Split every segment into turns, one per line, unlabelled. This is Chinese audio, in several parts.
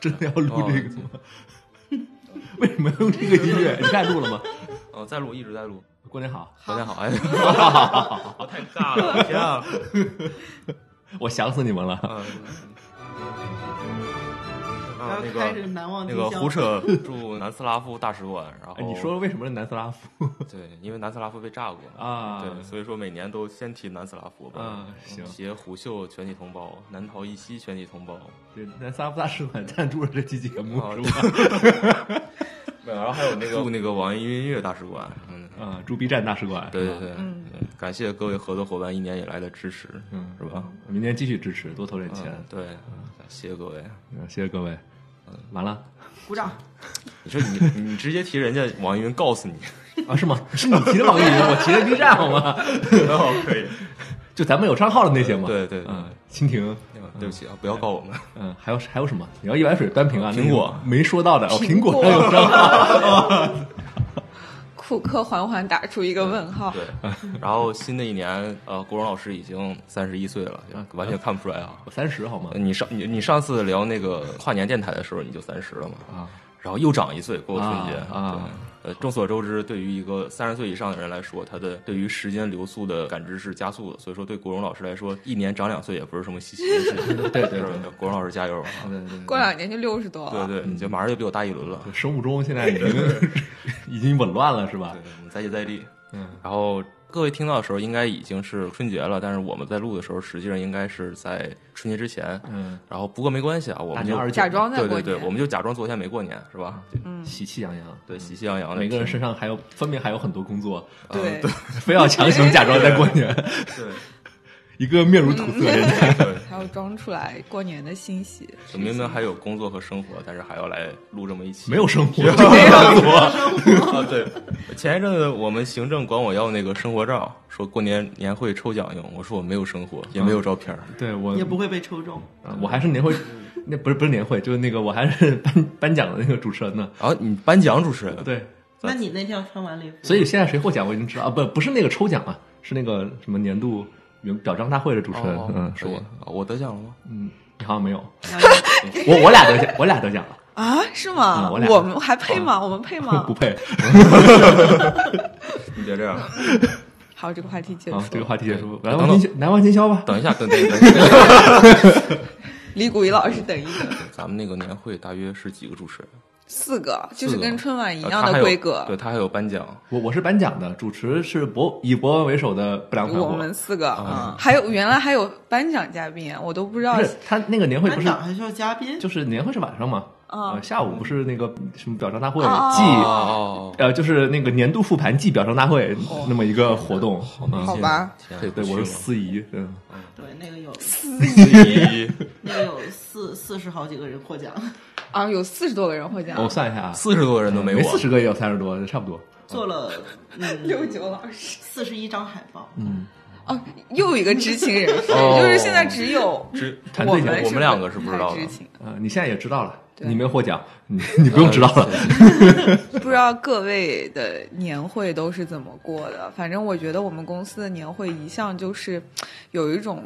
真的要录这个吗？ 为什么要用这个音哦乐？你在录了吗？
哦，在
嗯
录，一直在录。
过年好，
大家 好，哎，
我太 尬了，我天啊！
我想死你们了。
嗯，
然
啊，
后
那
开始
个
难忘
那
今
个
宵
胡扯驻南斯拉夫大使馆，然后
哎，你说为什么是南斯拉夫
对，因为南斯拉夫被炸过，
啊？
对，所以说每年都先提南斯拉夫吧。嗯
啊行
携虎嗅全体同胞，南逃一夕全体同胞。
对，哦南斯拉夫大使馆赞助了这期节目
啊
是吧？
没有，然后还有那个驻那个网易云音乐大使馆。嗯，
啊，驻 B 站大使馆。
对对对，
嗯
对感谢各位合作伙伴一年以来的支持，
嗯
是吧？
明年继续支持，多投点钱
嗯。，对，感谢各位。
嗯谢谢各位。完了
鼓掌。
你说你 你直接提人家网易云告诉你，
啊？是吗？是你提的网易云，我提的 B 站好吗？
然后可以。
就咱们有账号的那些嘛。
对对对
嗯，蜻蜓，
嗯对不起啊，不要告我们。
嗯，还有还有什么？你要一碗水端平啊？
苹果
那个没说到的，哦，苹
苹果
果还有账号。
库克缓缓打出一个问 号。
对，然后新的一年，呃，国荣老师已经三十一岁了，完全看不出来啊。
我三十好吗？
你上你你上次聊那个跨年电台的时候，你就三十了嘛，
啊，
然后又长一岁，过个春节
啊啊
对呃，众所周知，对于一个三十岁以上的人来说，他的对于时间流速的感知是加速的，所以说对国荣老师来说，一年长两岁也不是什么稀奇的事啊情。 对
对对对，
国荣老师加油啊！
对对对。
过两年就六十多
对
了。
对，你就马上就比我大一轮了。
生物钟现在已经已经紊乱了，是吧
对？，我们再接再厉。
嗯，
然后各位听到的时候，应该已经是春节了，但是我们在录的时候，实际上应该是在春节之前。
嗯，
然后不过没关系啊，我
大
们
年
就
二十九，
假装在
对
过
对
年，
对，我们就假装昨天没过年，是吧？就
嗯，
喜气洋洋。
对，喜气洋洋的。
每个人身上还有分别还有很多工作，
嗯
对，
非要强行假装在过年，
对，
一个面如土色的人。
嗯
还要装出来过年的欣喜。
就明明还有工作和生活，但是还要来录这么一 期。
没有生活，
啊，对， 前一阵子我们行政管我要那个生活照，说过年年会抽奖用，我说我没有生活，也没有照片儿。
对我
也不会被抽中。
嗯啊我还是年会，那不是不是年会，就是那个我还是 颁颁奖的那个主持人呢。
然后你颁奖主持人，
对，
那你那天要穿晚礼服，
所以现在谁获奖我已经知道啊，不不是那个抽奖啊，是那个什么年度员表彰大会的主持人，
哦，
嗯，是我
啊，，我得奖了吗？
嗯，你好像没有，
然后
我我俩得奖，我俩得奖了。
啊，是吗？
嗯我俩
们还配吗？我们配 吗
不？配。
你别这样，
好，这个话题结
嗯
束
好，。这个话题结束，
对
难忘
等等
今宵，难忘今宵吧。
等一下，等等等一下。
李谷一老师等一等，
咱们那个年会大约是几个主持人？
四个就是
四个
跟春晚一
呃
样
他还
的
有
规格。
对他还有颁奖，
我我是颁奖的，主持是博以博文为首的不良团
我
伙。
们四个，
啊
嗯，还有原来还有颁奖嘉宾，我都不知道
不。是他那个年会不
班
是
长还需要嘉宾，
就是年会是晚上嘛？
啊
呃下午不是那个什么表彰大会
哦
暨
哦，
呃就是那个年度复盘暨表彰大会那么一个活动。嗯
哦好吧，
对对，我是司仪，嗯，
啊
对，那个有
仪，
那个有四四十好几个人获奖，
啊，有四十多个人获奖。
哦
我算一下啊，
四十多个人都
没
我，
四十个也有三十多，差不多。
做了嗯
六九老师
四十一张海报，
哦，又一个知情人士，
哦
就是现在只有
只
团
我
队奖
们
我们两个是不
不
知道
太
的
知情，
呃，你现在也知道了，
对呃
你没有获奖，你你不用知道了。
不知道各位的年会都是怎么过的。反正我觉得我们公司的年会一向就是有一种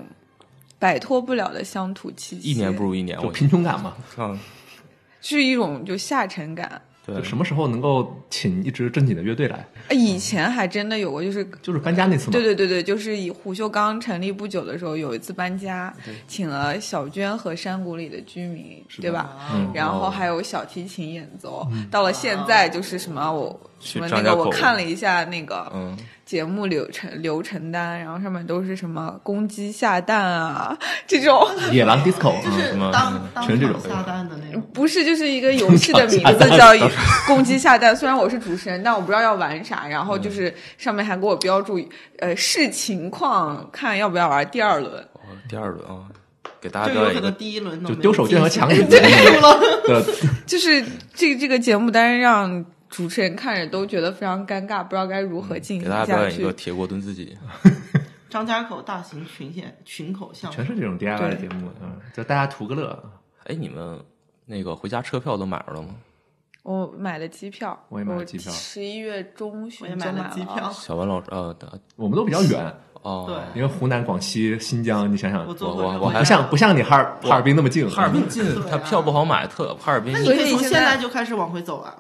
摆脱不了的乡土气息，
一年不如一年，
就
我
贫穷感嘛，
看
是一种就下沉感。
对
就什么时候能够请一支正经的乐队来？
哎
嗯
以前还真的有过，就是
就是搬家那次嘛。
对对对对，就是以虎嗅刚成立不久的时候，有一次搬家，请了小娟和山谷里的居民，
是的
对吧？
嗯
然
哦
后还有小提琴演奏。到了现在，就是什么我
嗯去
什么那
张家
个，
口
我看了一下那个
嗯，
节目流程流程单，然后上面都是什么公鸡下蛋啊这 种，
野狼 disco，
就
嗯
是
什么
当当
全这
场
种
下单的那种。
不是就是一个游戏的名字叫 《公鸡下蛋》，虽然我是主持人，但我不知道要玩啥。然后
嗯
就是上面还给我标注，呃，视情况看要不要玩第二轮。
哦第二轮啊，给大家
就
表
有
演
可
一
能
个，
第一轮都
就
没有
丢手绢和
进
抢椅 子的
就是这个这个节目单让主持人看着都觉得非常尴尬，不知道该如何进
给
行
大家表
下
演一
去
个。铁锅炖自己，
张家口大型群演群口相
全
声，
是这种 DIY 的节目，嗯，就大家图个乐。
哎，你们那个回家车票都买着了吗？
我买了机票，
我也买了机票
十一月中旬
我也
就
买
买
了机票，
小文老师，呃，
我们都比较远，
哦，
对
因为湖南、广西、新疆，你想想，
我做
我
过
我
这
我
个
还
不像不像你哈尔
我
哈尔滨那么近，嗯
哈尔滨近
对，啊
它票不好买，特哈尔滨
那你
所以
可以从
现
现
在
在就开始往回走啊！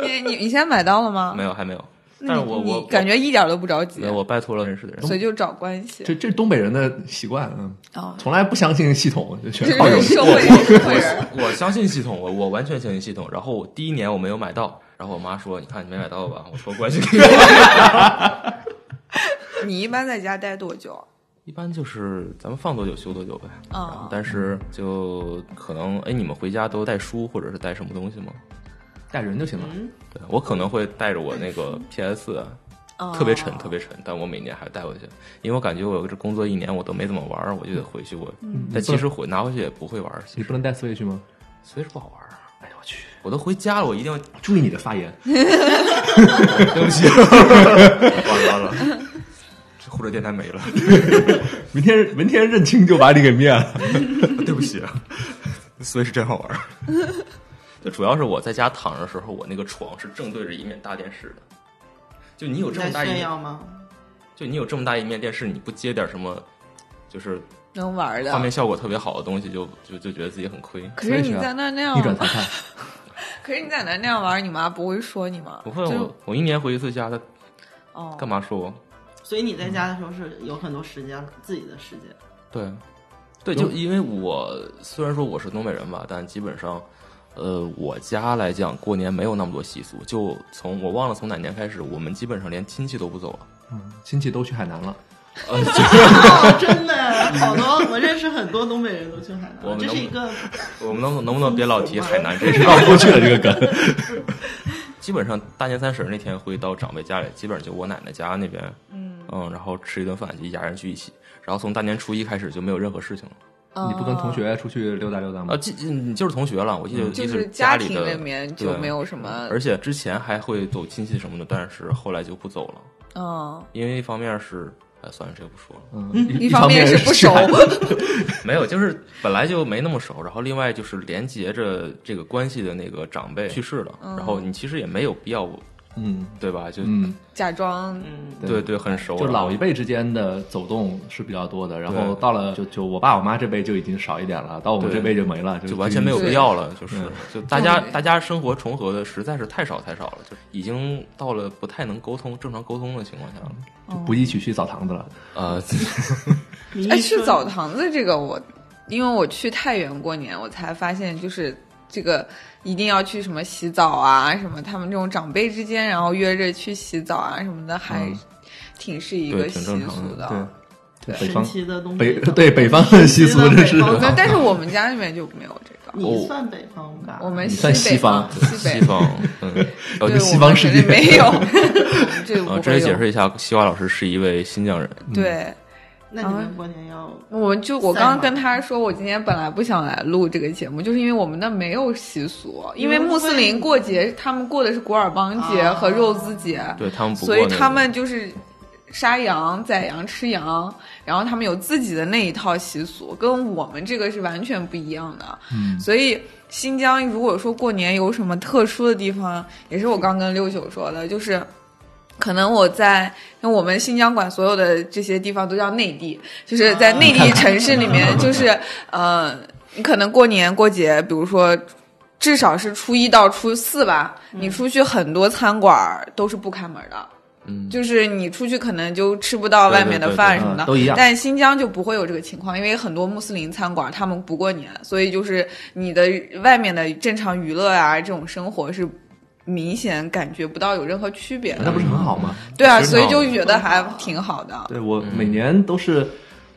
你你你现在买到了吗？
没有还没有，但
啊那
是
你
我我
你感觉一点都不着急
没，有我拜托了认识的人，
所以就找关系
这这东北人的习惯，嗯，
啊，
从来不相信系统，就
这
全靠
是
人。
社会人，社会人。
我相信系统，我我完全相信系统。然后我第一年我没有买到，然后我妈说：“你看你没买到吧？”我说：“关系给我。
你一般在家待多久？”
一般就是咱们放多久修多久呗。
啊
然后但是就可能哎，你们回家都带书或者是带什么东西吗？
带人就行了。
嗯，
对我可能会带着我那个 PS，
啊
特别沉，特别沉，但我每年还带回去，因为我感觉我这工作一年我都没怎么玩儿，我就得回去我。
嗯
但其实回拿回去也不会玩儿，
你不能带 Switch 吗？
随时不好玩儿。
哎呦我去！
我都回家了，我一定要
注意你的发言，
对不起，完了完了，这护着电台没了，
明天明天认清就把你给灭了。
对不起，啊所以是真好玩儿。就主要是我在家躺着的时候，我那个床是正对着一面大电视的。就你有
你
这
在
么大一
炫
面，
耀吗？
就你有这么大一面电视，你不接点什么，就是
能玩的
画。面效啊果特别好的东西就，就就觉得自己很亏。
可是你在那那样
逆，转裁判，
可是你在那那样玩，你妈不会说你吗？
不会，
就是
我我一年回一次家，他
哦，
干嘛说我？
所以你在家的时候是有很多时间，自己的时间。
对，对，就因为我虽然说我是东北人吧，但基本上，呃，我家来讲过年没有那么多习俗，就从我忘了从哪年开始，我们基本上连亲戚都不走了。
嗯，亲戚都去海南了，
哦，真的，好多我认识很多东北人都去海
我
南，
们
这是
能
一个
我们能不能不能别老提海南这事
绕
儿？
不过去了这个梗。
基本上大年三十那天会到长辈家里，基本上就我奶奶家那边，嗯然后吃一顿饭，就一家人聚一起。然后从大年初一开始就没有任何事情了，
哦
你不跟同学出去溜达溜达
啊，
吗？
这你就是同学了，我记得
就
一
是
直
家
里
庭
的
里面就
对
没有什么，
而且之前还会走亲戚什么的，但是后来就不走了。
嗯，
因为一方面是，哎，算了，这个不 说了。
嗯，
一方面是不
去
熟
海，
没有，就是本来就没那么熟，然后另外就是连接着这个关系的那个长辈去世了，
嗯
然后你其实也没有必要，
嗯
对吧？就、
嗯，
假装
嗯，
对对，很熟。
就
然后
老一辈之间的走动是比较多的，然后
对
到了就就我爸我妈这辈就已经少一点了，到我们
对
这辈就没了，就
就完全没有
就
必要了，就是
嗯
就大家
对
大家生活重合的实在是太少太少了，就已经到了不太能沟通正常沟通的情况下了。
就不易去去澡堂子了。
呃，
你一
哎，去
说
澡堂子这个我，因为我去太原过年，我才发现就是这个一定要去什么洗澡啊，什么他们这种长辈之间，然后约着去洗澡啊什么的，还
嗯
挺是一
对
个习
挺正常
俗哦啊
的
对，
对
北
神
方
奇的东
北
北，
对北方的习俗真是
北，方
那但是我们家里面就没有这个，
你算北方吧？
我们
你
西
算
北
西方
西
西
北，
方，嗯，
对，
呃
我
就
们
西方世界
肯定没有，我 们这
呃，
不
这里
会
解
有。
释一嗯下，西瓜老师是一位新疆人，
对，
那你
嗯
们过年要
我们就我
赛
刚刚
马
跟他说，我今天本来不想来录这个节目，就是因为我们那没有习俗，
你
因为
们
穆斯
会
林过节，他们过的是古尔邦节
哦
和肉孜节，
对他们不过
所以
那个
他们就是杀羊、宰羊、吃羊，然后他们有自己的那一套习俗，跟我们这个是完全不一样的。
嗯
所以新疆如果说过年有什么特殊的地方，也是我刚跟六九说的，就是。可能我在，因为我们新疆管所有的这些地方都叫内地，就是
啊
在内地城市里 面，就是呃，你可能过年过节，比如说至少是初一到初四吧，
嗯
你出去很多餐馆儿都是不开门的。
嗯
就是你出去可能就吃不到外面的饭什么
对对对对嗯
的，
都一样
但新疆就不会有这个情况，因为很多穆斯林餐馆他们不过年，所以就是你的外面的正常娱乐啊，这种生活是明显感觉不到有任何区别
那
的。
不是很好吗？
对啊，
挺好
所
的
以就觉得还挺好的。
对我每年都是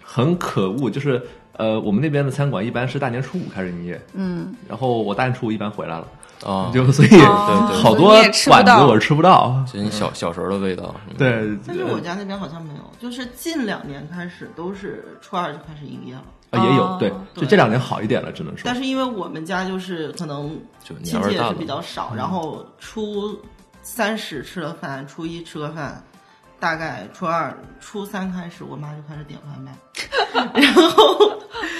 很可恶，就是呃，我们那边的餐馆一般是大年初五开始营业，
嗯，
然后我大年初五一般回来了，
啊，
就所以
哦
对对
好多
所以你也吃不
馆子
到
我是吃不到。
就是你小小时候的味道。嗯，
对，
但是我家那边好像没有，就是近两年开始都是初二就开始营业了。
啊也有
哦
对，就这两年好一点了，只能说
但。是因为我们家就是可能
就年
亲
味
戚
儿
也
大
是
了
比较少，然后初三十吃了饭，初一吃个饭，大概初二、初三开始，我妈就开始点外卖，然后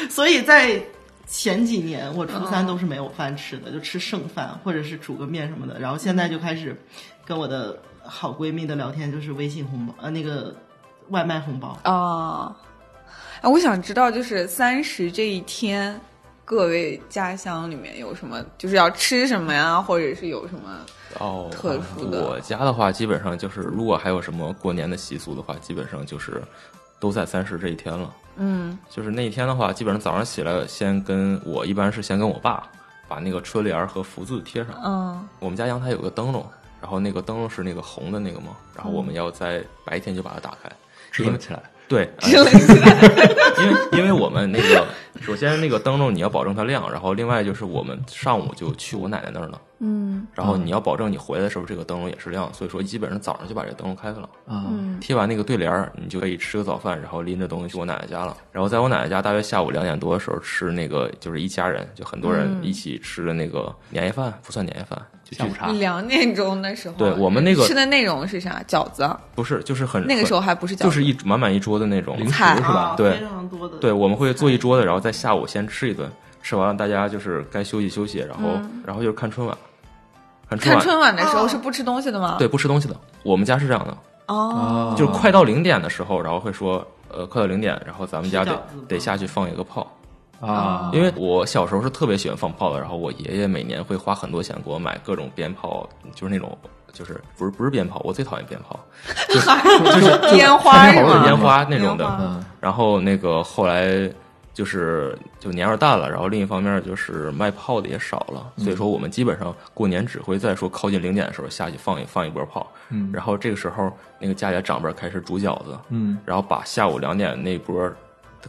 所以在前几年我初三都是没有饭吃的，就吃剩饭或者是煮个面什么的。然后现在就开始跟我的好闺蜜的聊天，就是微信红包呃那个外卖红包。
啊、哎，我想知道，就是三十这一天，各位家乡里面有什么，就是要吃什么呀，或者是有什么？
哦，
特殊的
我家的话，基本上就是如果还有什么过年的习俗的话，基本上就是都在三十这一天了。
嗯
就是那一天的话，基本上早上起来先跟我一般是先跟我爸把那个春联儿和福字贴上。
嗯
我们家阳台有个灯笼，然后那个灯笼是那个红的那个嘛，然后我们要在白天就把它打开。
支棱起来，
对， 呃 因为因为我们那个首先那个灯笼你要保证它亮，然后另外就是我们上午就去我奶奶那儿了，
嗯
然后你要保证你回来的时候这个灯笼也是亮，所以说基本上早上就把这个灯笼开开了。
啊，
嗯
贴完那个对联儿，你就可以吃个早饭，然后拎着东西去我奶奶家了。然后在我奶奶家，大约下午两点多的时候吃那个，就是一家人，就很多人
嗯
一起吃的那个年夜饭，不算年夜饭，就
下午茶
你，两点钟的时候，
嗯对我们那个
吃的内容是啥？饺子，
不是，就是很
那个时候
很
还不是饺子，
就是一满满一桌的那种
零食
菜
是吧
啊？
对
非常多的。
对，我们会做一桌子，然后在下午先吃一顿，吃完了大家就是该休息休息，然后、然后就是看春晚，看春
嗯看
晚，
春晚的时候是不吃东西的吗？
对，不啊吃东西的。我们家是这样的，
哦，
啊
就是快到零点的时候，然后会说，呃，快到零点，然后咱们家
吃饺
得
子吗
得下去放一个炮。
啊，
哦
因为我小时候是特别喜欢放炮的，然后我爷爷每年会花很多钱给我买各种鞭炮，就是那种就是不是不是鞭炮，我最讨厌鞭炮，
哦就是烟花是
就
吗？
是
烟花那种
啊烟花
的。
嗯
然后那个后来就是就年味儿淡了，然后另一方面就是卖炮的也少了，所
嗯
以说我们基本上过年只会在说靠近零点的时候下去放一放一波炮，
嗯
然后这个时候那个家里的长辈开始煮饺子，
嗯
然后把下午两点那波儿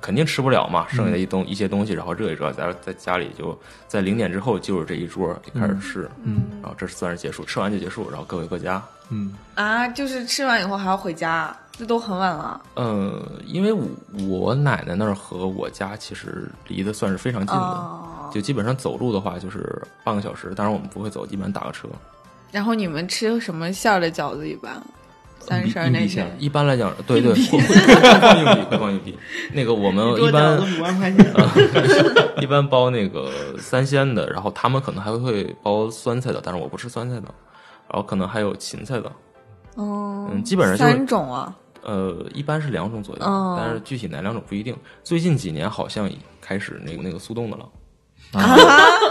肯定吃不了嘛，剩下的一东一些东西，然后热一热，在在家里就在零点之后就是这一桌就开始吃，
嗯
然后这算是结束，吃完就结束，然后各回各家。
嗯
啊，就是吃完以后还要回家，这都很晚了。
嗯，因为我我奶奶那儿和我家其实离得算是非常近的，
哦，
就基本上走路的话就是半个小时，当然我们不会走，基本上打个车。
然后你们吃什么馅儿的饺子？一般
嗯
三十儿
米
那
米馅
天
儿
一般来讲，对对，会会放硬币，会放硬币。那个我们
你给
一
我
般
讲的五万块钱，
一般包那个三鲜的，然后他们可能还会包酸菜的，但是我不吃酸菜的，然后可能还有芹菜的，
哦，
嗯基本上就是
三种啊。
呃，一般是两种左右，
哦
但是具体哪两种不一定。最近几年好像开始那个那个速冻的了，
啊，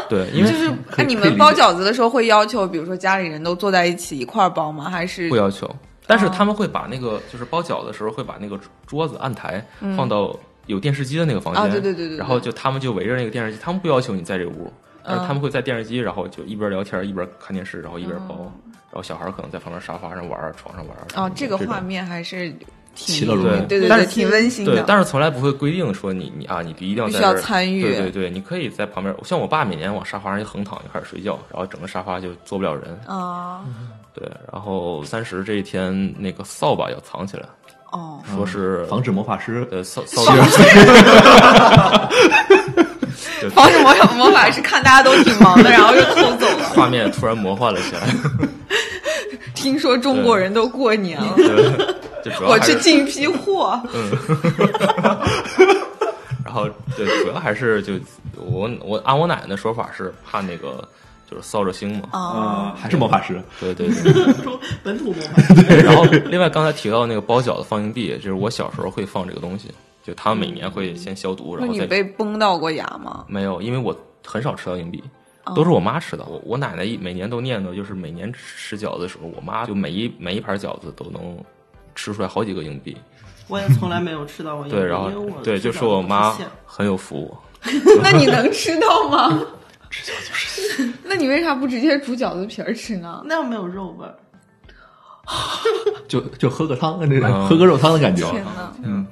对，因
就
为
是
可
那
以可
你
以
们
理
包
解
饺子的时候会要求，比如说家里人都坐在一起一块儿包吗？还是
不要求，但
哦
是他们会把那个就是包饺子的时候会把那个桌子案台放到有电视机的那个房间，
嗯啊对对对对对嗯
然后就他们就围着那个电视机，他们不要求你在这屋，但是他们会在电视机，然后就一边聊天一边看电视，然后一边包。然后小孩可能在旁边沙发上玩儿，啊床上玩儿。
嗯哦，这个
种
画面还是
其
挺
乐融融
对对
但
对，
是
挺温馨
对
的，。
但是从来不会规定说你你啊，你一定要
必
在
须
这
要
儿
参与
对对对，你可以在旁边。像我爸每年往沙发上一横躺就开始睡觉，然后整个沙发就坐不了人。
啊
对，然后三十这一天那个扫把要藏起来，
哦，
说是
防止魔法师
呃扫扫
啊
地。
防止魔魔法是看大家都挺忙的，然后就偷走了。
画面突然魔幻了起 来，
听说中国人都过年了，
对，就主要
我
嗯还
去
是
进一批货。
然后对，主要还是就我我按我奶奶的说法是怕那个就是扫帚星嘛，
啊，
啊，还是魔法师，
对对对。
中本土文化。
然后，另外刚才提到那个包饺子放硬币，就是我小时候会放这个东西，就他们每年会先消毒，
嗯那
然后
你
再
被崩到过牙 吗？
没有，因为我很少吃到硬币，
哦
都是我妈吃的。我我奶奶一每年都念叨，就是每年吃饺子的时候，我妈就每一每一盘饺子都能吃出来好几个硬币。
我也从来没有吃到
哎
过，
对，然后
因为我
对，
吃
就
饺
说我
子
妈
吃馅
很有福我。
那你能吃到吗？ 吃饺子吃。 那你为啥不直接煮饺子皮儿吃呢？
那样没有肉味儿。
就就喝个汤，那
嗯
种喝个肉汤的感觉，
天哪！
嗯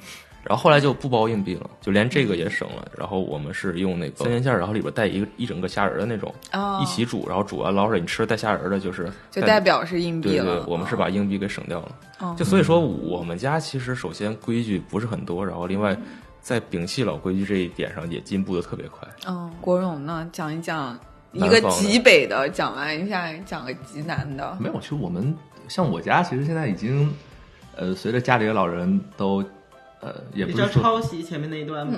然后后来就不包硬币了，就连这个也省了。然后我们是用那个三鲜馅儿，然后里边带一个一整个虾仁儿的那种，
哦
一起煮，然后煮完捞出来，你吃带虾仁儿的，就是
就代表是硬币
对
了
对，。我们是把硬币给省掉了。
哦
就所以说，我们家其实首先规矩不是很多，然后另外在摒弃老规矩这一点上也进步的特别快。
嗯，国荣呢？讲一讲一
南
个
方的
极北的，讲完一下讲个极南的。
没有，其实我们像我家，其实现在已经，呃，随着家里的老人都呃，也
比
不
较
是说
抄袭前面那一段嘛。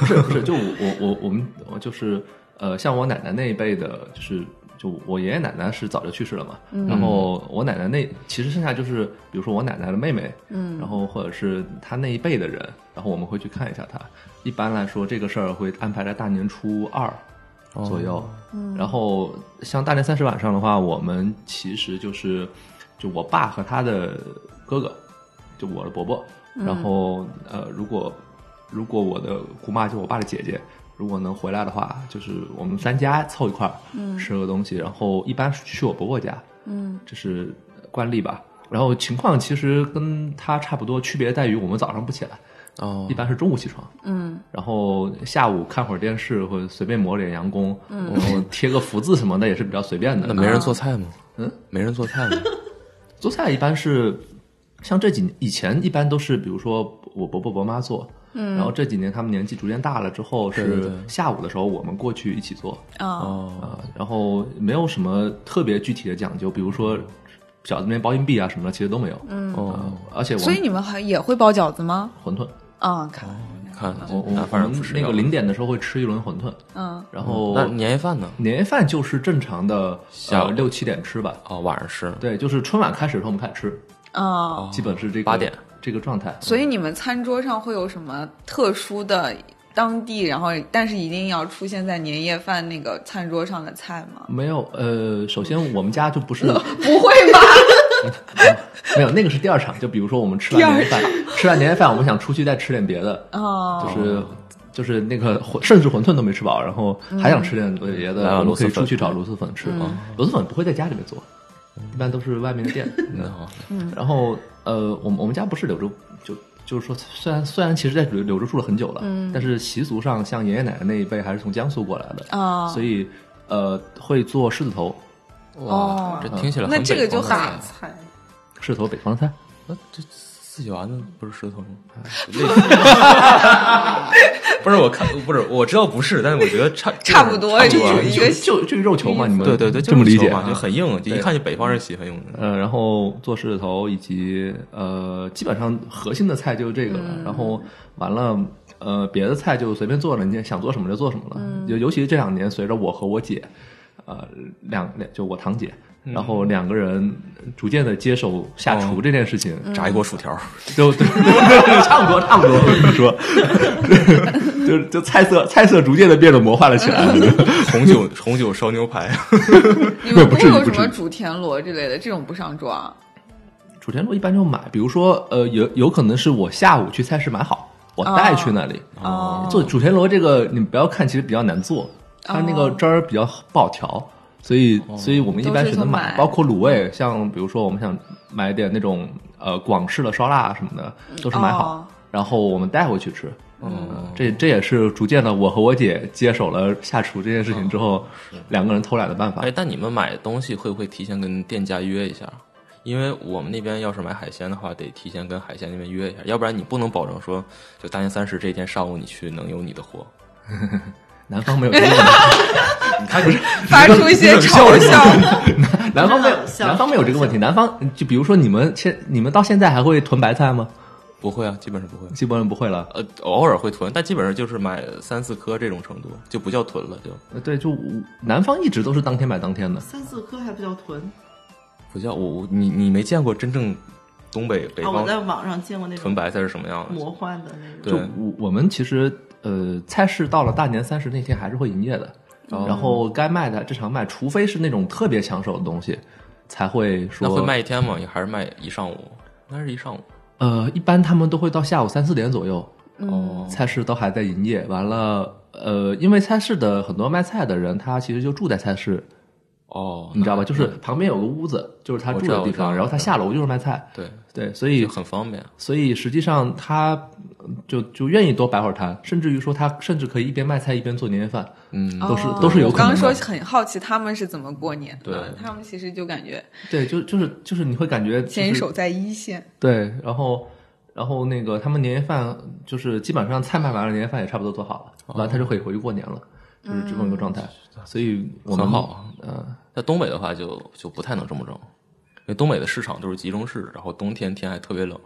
不 是不是，就我我我我们我就是呃，像我奶奶那一辈的，就是就我爷爷奶奶是早就去世了嘛，然后我奶奶那其实剩下就是比如说我奶奶的妹妹，嗯，然后或者是她那一辈的人，然后我们会去看一下她。一般来说，这个事儿会安排在大年初二左右，嗯，然后像大年三十晚上的话，我们其实就是就我爸和他的哥哥，就我的伯伯，然后呃，如果如果我的姑妈就我爸的姐姐，如果能回来的话，就是我们三家凑一块儿吃个东西，然后一般是去我伯伯家，
嗯，
这是惯例吧。然后情况其实跟他差不多，区别在于我们早上不起来，
哦
一，般是中午起床，
嗯，
然后下午看会儿电视或者随便抹点阳光，
嗯
然后贴个福字什么的也是比较随便的。
那没
啊
人做菜吗？
嗯，
没人做菜吗？
做菜一般是像这几年以前一般都是，比如说我伯伯伯妈做，嗯，然后这几年他们年纪逐渐大了之后，
对对
是
对
下午的时候我们过去一起做
啊，
哦，
啊、然后没有什么特别具体的讲究，比如说饺子面包硬币啊什么的，其实都没有，嗯，
哦，
而且我
所以
们
你们还也会包饺子吗？
馄饨，
啊，看，
哦你看，
我我
那反正
哦我
不
们
是
那个零点的时候会吃一轮馄饨，
嗯，
然后
那年夜饭呢？
年夜饭就是正常的
下午
呃六七点吃吧，
哦，晚上吃。
对，就是春晚开始的时候我们开始吃，
啊，
哦
基本是这个
八点
这个状态，
所以你们餐桌上会有什么特殊的当地，然后但是一定要出现在年夜饭那个餐桌上的菜吗？
没有，呃，首先我们家就不是
不会吧？
没有那个是第二场，就比如说我们吃完年夜饭，吃完年夜饭我们想出去再吃点别的，
哦，
就是就是那个馄甚至馄饨都没吃饱，然后还想吃点别
来碗
的，我们可以
嗯螺蛳粉
出去找螺蛳粉吃哦
嗯。
螺蛳粉不会在家里面做，一般都是外面的 店。
那好，
然后呃，我们我们家不是柳州，就就是说，虽然虽然其实在柳柳州住了很久了，
嗯
但是习俗上像爷爷奶奶那一辈还是从江苏过来的，
啊，
所以呃会做狮子头，
哦
哇，这听起来
那
很
这个
北方
就
的
很
菜
菜，
狮子头北方菜。
那这四喜丸子不是石头吗？类似 不是，我看不是，我知道不是，但是我觉得差
差不多
差不啊
就一个
就就肉球嘛，你们
嗯对对对，
这么理解啊
嘛，就很硬，就一看就北方人喜欢用的。
呃，然后做狮子头以及呃，基本上核心的菜就是这个了。
嗯
然后完了，呃，别的菜就随便做了，你想做什么就做什么了。
嗯
尤、尤其这两年，随着我和我姐，呃，两两就我堂姐，然后两个人逐渐的接手下厨这件事情，
嗯
炸一锅薯条，
就对， 差不多差不多，我跟你 说，就就菜色菜色逐渐的变得魔幻了起来。
红酒红酒烧牛排，啊
你们
不
不
至于
会
不
有什
至于
么竹田螺之类的，这种不上 桌啊？
主田螺一般就买，比如说呃，有有可能是我下午去菜市买好，我带去那里。
哦
做主田螺这个，你不要看，其实比较难做，它那个汁儿比较不好调，所以所以我们一般选择
哦都是
买，
买
包括卤味，像比如说我们想买点那种呃广式的烧腊什么的，都是买好
哦，
然后我们带回去吃。嗯这这也是逐渐的，我和我姐接手了下厨这件事
哦
情之后，
嗯
两个人偷懒的办法
哎，。但你们买东西会不会提前跟店家约一下？因为我们那边要是买海鲜的话，得提前跟海鲜那边约一下，要不然你不能保证说，就大年三十这一天上午你去能有你的货。
南方没有这个问题。
你看，不是
发出一些 嘲笑，
南方没有
真的笑
南方没有这个问题，南方就比如说你们现你们到现在还会囤白菜吗？
不会啊，基本上不会。
基本上不会了。
呃，偶尔会囤，但基本上就是买三四颗这种程度，就不叫囤了，就
呃对，就南方一直都是当天买当天的。
三四颗还不叫囤
不叫我我你你没见过真正东北北
啊！我
方
在网上见过那
囤
种
白菜是什么样的？
魔幻的那种，
对
就我我们其实呃，菜市到了大年三十那天还是会营业的，
哦
然后该卖的正常卖，除非是那种特别抢手的东西，才会说
那会卖一天吗？也还是卖一上午？那是一上午。
呃，一般他们都会到下午三四点左右，
嗯
哦，
菜市都还在营业。完了，呃，因为菜市的很多卖菜的人，他其实就住在菜市，
哦，
你知道吧？就是旁边有个屋子，就是他
我
住
知
的
道
地
我知道嗯
方，然后他下楼就是卖菜。
对，
对，所
也
以
很方便。
所以实际上他嗯就就愿意多摆会儿摊，甚至于说他甚至可以一边卖菜一边做年夜饭，
嗯，
都是
哦
都是有
我
可
刚
能
刚说
的。
很好奇他们是怎么过年的，
对
他们其实就感觉
对，就就是就是你会感觉就
坚
是
守在一线。
对，然后然后那个他们年夜饭就是基本上菜卖完了，年夜饭也差不多做好了，完了
哦
他就可以回去过年了，就是这么一个状态。所以我们
嗯很好啊，
嗯，
在东北的话就就不太能这么整，因为东北的市场都是集中式，然后冬天天还特别冷，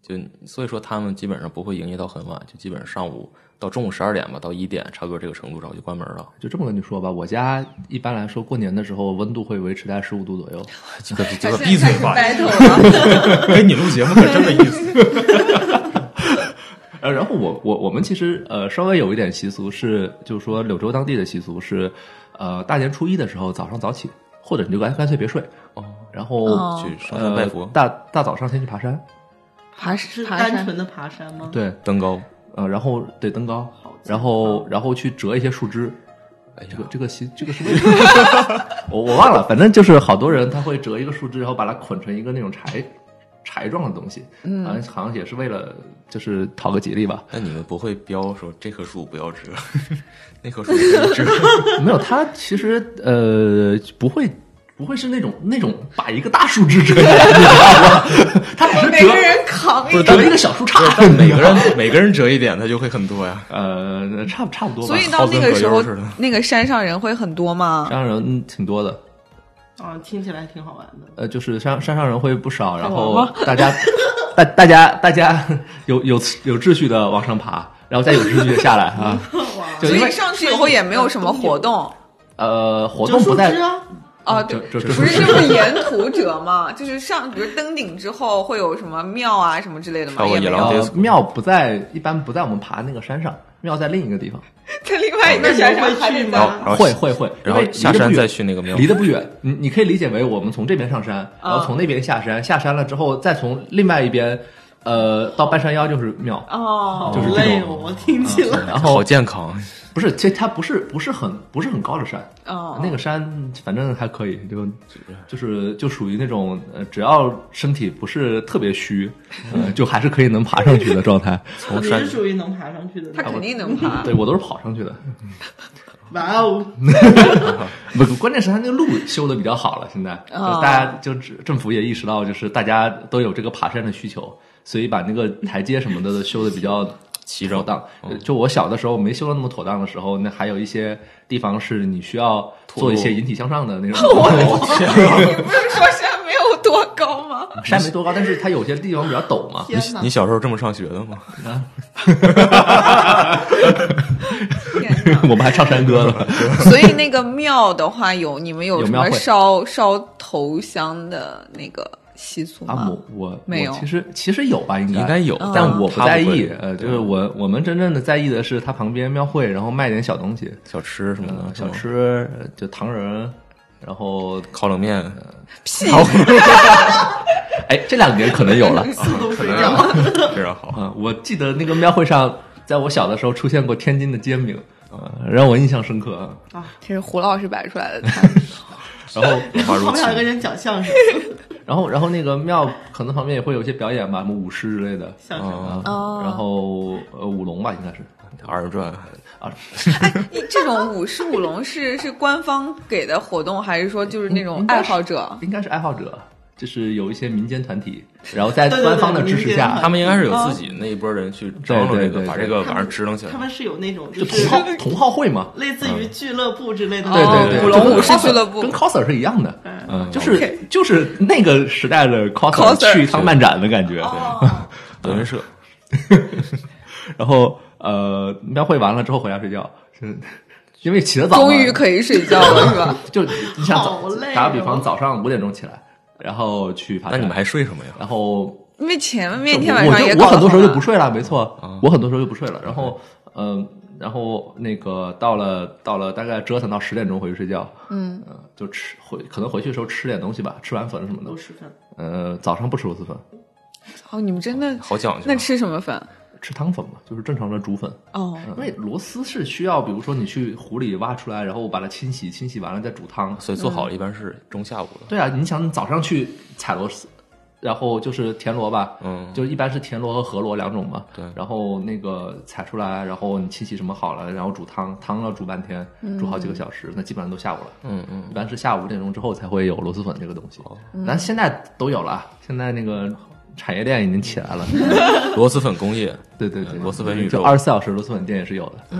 就所以说他们基本上不会营业到很晚，就基本上上午到中午十二点吧，到一点差不多这个程度，然后就关门 了。
就这么跟你说吧，我家一般来说过年的时候温度会维持在十五度左右。
这个
还
这
是
个
开
闭嘴
始
吧
battle 啊了，
跟你录节目可真没意思。
呃，然后我我我们其实呃稍微有一点习俗是，就是说柳州当地的习俗是，呃大年初一的时候早上早起，或者你就干干脆别睡，
哦，
然后、
哦
去上山拜
呃
佛、
大大早上先去爬山，
爬
是
爬
单
山
纯的爬山吗？，
对，
登高。
呃然后得登高
好，
然后然后去折一些树枝，
哎呀
这个，这个习这个是为什么？ 我我忘了，反正就是好多人他会折一个树枝，然后把它捆成一个那种柴柴状的东西，嗯，好像也是为了就是讨个吉利吧。
那你们不会标说这棵树不要折， 那棵树 不要折？
没有，它其实呃不会不会是那种那种把一个大树枝折下来，你知道吗？它只是
每个
折
人扛一
不是
个
折一个小树杈，
但每个人每个人折一点，它就会很多呀。
呃差不差不多吧
所。以到那个时
好
候
跟葛优似的，
那个山上人会很多吗？
山上人嗯挺多的，
啊，听起来挺好玩的。
呃，就是山山上人会不少，然
好
后
玩
大家大大家大家 有有有秩序的往上爬，然后再有秩序的下来啊。
哇，
就
所
因
以
为
上去以后也没有什么活动
呃活
折
动不
树
在
枝啊，
哦，
这
对，
这这
不是就是沿途者嘛，就是上，比如登顶之后会有什么庙啊什么之类的嘛，
跳过
也没
野
有
狼，
呃庙不在一般不在我们爬那个山上，庙在另一个地方。
在另外一个山上还
然
得
哦那你
后
在
然后
会会会，
然后
因为离
下
得
山
不远
再去那个庙
离得不远，你你可以理解为我们从这边上山，然后从那边下山，下山了之后再从另外一边，呃，到半山腰就是庙，
哦，
就是
好
这
累
种
哦，我听起来。
然后
好健 康，
不是，其实它不是不是很不是很高的山，
哦
那个山反正还可以，就就是就属于那种呃，只要身体不是特别虚，呃，就还是可以能爬上去的状态。
从
你
山
是属于能爬上去的那
他
种，
肯定能爬。
对我都是跑上去的，
哇哦，
不，关键是它那个路修的比较好了，现在
哦
就是大家就只政府也意识到，就是大家都有这个爬山的需求，所以把那个台阶什么的都修的比 较
齐
妥
整
当。呃就我小的时候没修的那么妥当的时候，那还有一些地方是你需要做一些引体向上的那 种。
你不是说山没有多高吗？
山没多高，但是它有些地方比较陡嘛。
天哪
你！小时候这么上学的吗？
天哪！
我们还唱山歌 呢，
所以那个庙的话，有你们
有
什
庙
么
会
烧烧头香的那个习俗
啊，
吗
我？我
没有
我其实其实有吧，应该
应该有，
但
嗯
我
他
不在
会
意，呃，就是我我们真正的在意的是它旁边庙会，然后卖点小东西，
小吃什么
嗯，
的，
小
是吗
吃呃就糖人，然后
烤冷面，
屁！
哎，这两年可能有了。
速冻水
非常
饺，
好，非常 好。
嗯，我记得那个庙会上，在我小的时候出现过天津的煎饼，呃让我印象深刻。啊
这是胡老师摆出来的摊子，
然后，
花如
好
其
想跟人讲相声，
然后，然后那个庙可能旁边也会有一些表演吧，什么舞狮之类的。
相声
啊，
哦
然后呃舞龙吧，应该是
二人转，
啊，
你这种舞狮舞龙是是官方给的活动，还是说就是那种
应该
爱
是
好者？
应该是爱好者，就是有一些民间团体，然后在
对对
官
对
方的支持下，
他们应该是有自己那一波人去张罗这
对对
个，
对
把
对
这个玩意
他
儿
们
支棱起来
他。们是有那种就
就同
是
好同好会嘛，
类似于俱乐部之类的，
对
对
哦
对对，
舞龙
就
舞
是
狮
coser-
俱乐部
跟 coser 是一样的，
嗯，
就
我们
是就是那个时代的
coser
coser 去一趟漫展的感觉。
哦，
德云社，
然后呃，庙会完了之后回家睡觉，就是因为起得早嘛，
哦终于可以睡觉了，是吧？
就你想早
好累哦，
打个比方，早上五点钟起来，然后去爬
那
山，
你们还睡什么呀？
然后
因为前
就
面天晚上
我
也
就我
搞得
很多时候就
忙
不睡了，没错，
啊
我很多时候就不睡了。然后，嗯，然后那个到了到了大概折腾到十点钟回去睡觉，
嗯
呃，就吃回可能回去的时候吃点东西吧，吃完粉什么的
螺。蛳粉，
呃，早上不吃螺蛳粉，
哦，你们真的
好讲究啊。
那吃什么粉？
吃汤粉嘛，就是正常的煮粉。
哦，
因为螺丝是需要，比如说你去湖里挖出来，然后把它清洗，清洗完了再煮汤。
所以做好一般是中下午了。
对啊，你想你早上去采螺丝，然后就是田螺吧，
嗯
就一般是田螺和河螺两种嘛。
对
然后那个采出来，然后你清洗什么好了，然后煮汤，汤要煮半天，煮好几个小时，那基本上都下午了。
嗯哦嗯，
一般是下午五点钟之后才会有螺蛳粉这个东西，咱现在都有了，现在那个产业链已经起来了。
嗯螺蛳粉工业，
对对对，
嗯螺蛳粉宇宙
嗯就二十四小时螺蛳粉店也是有的。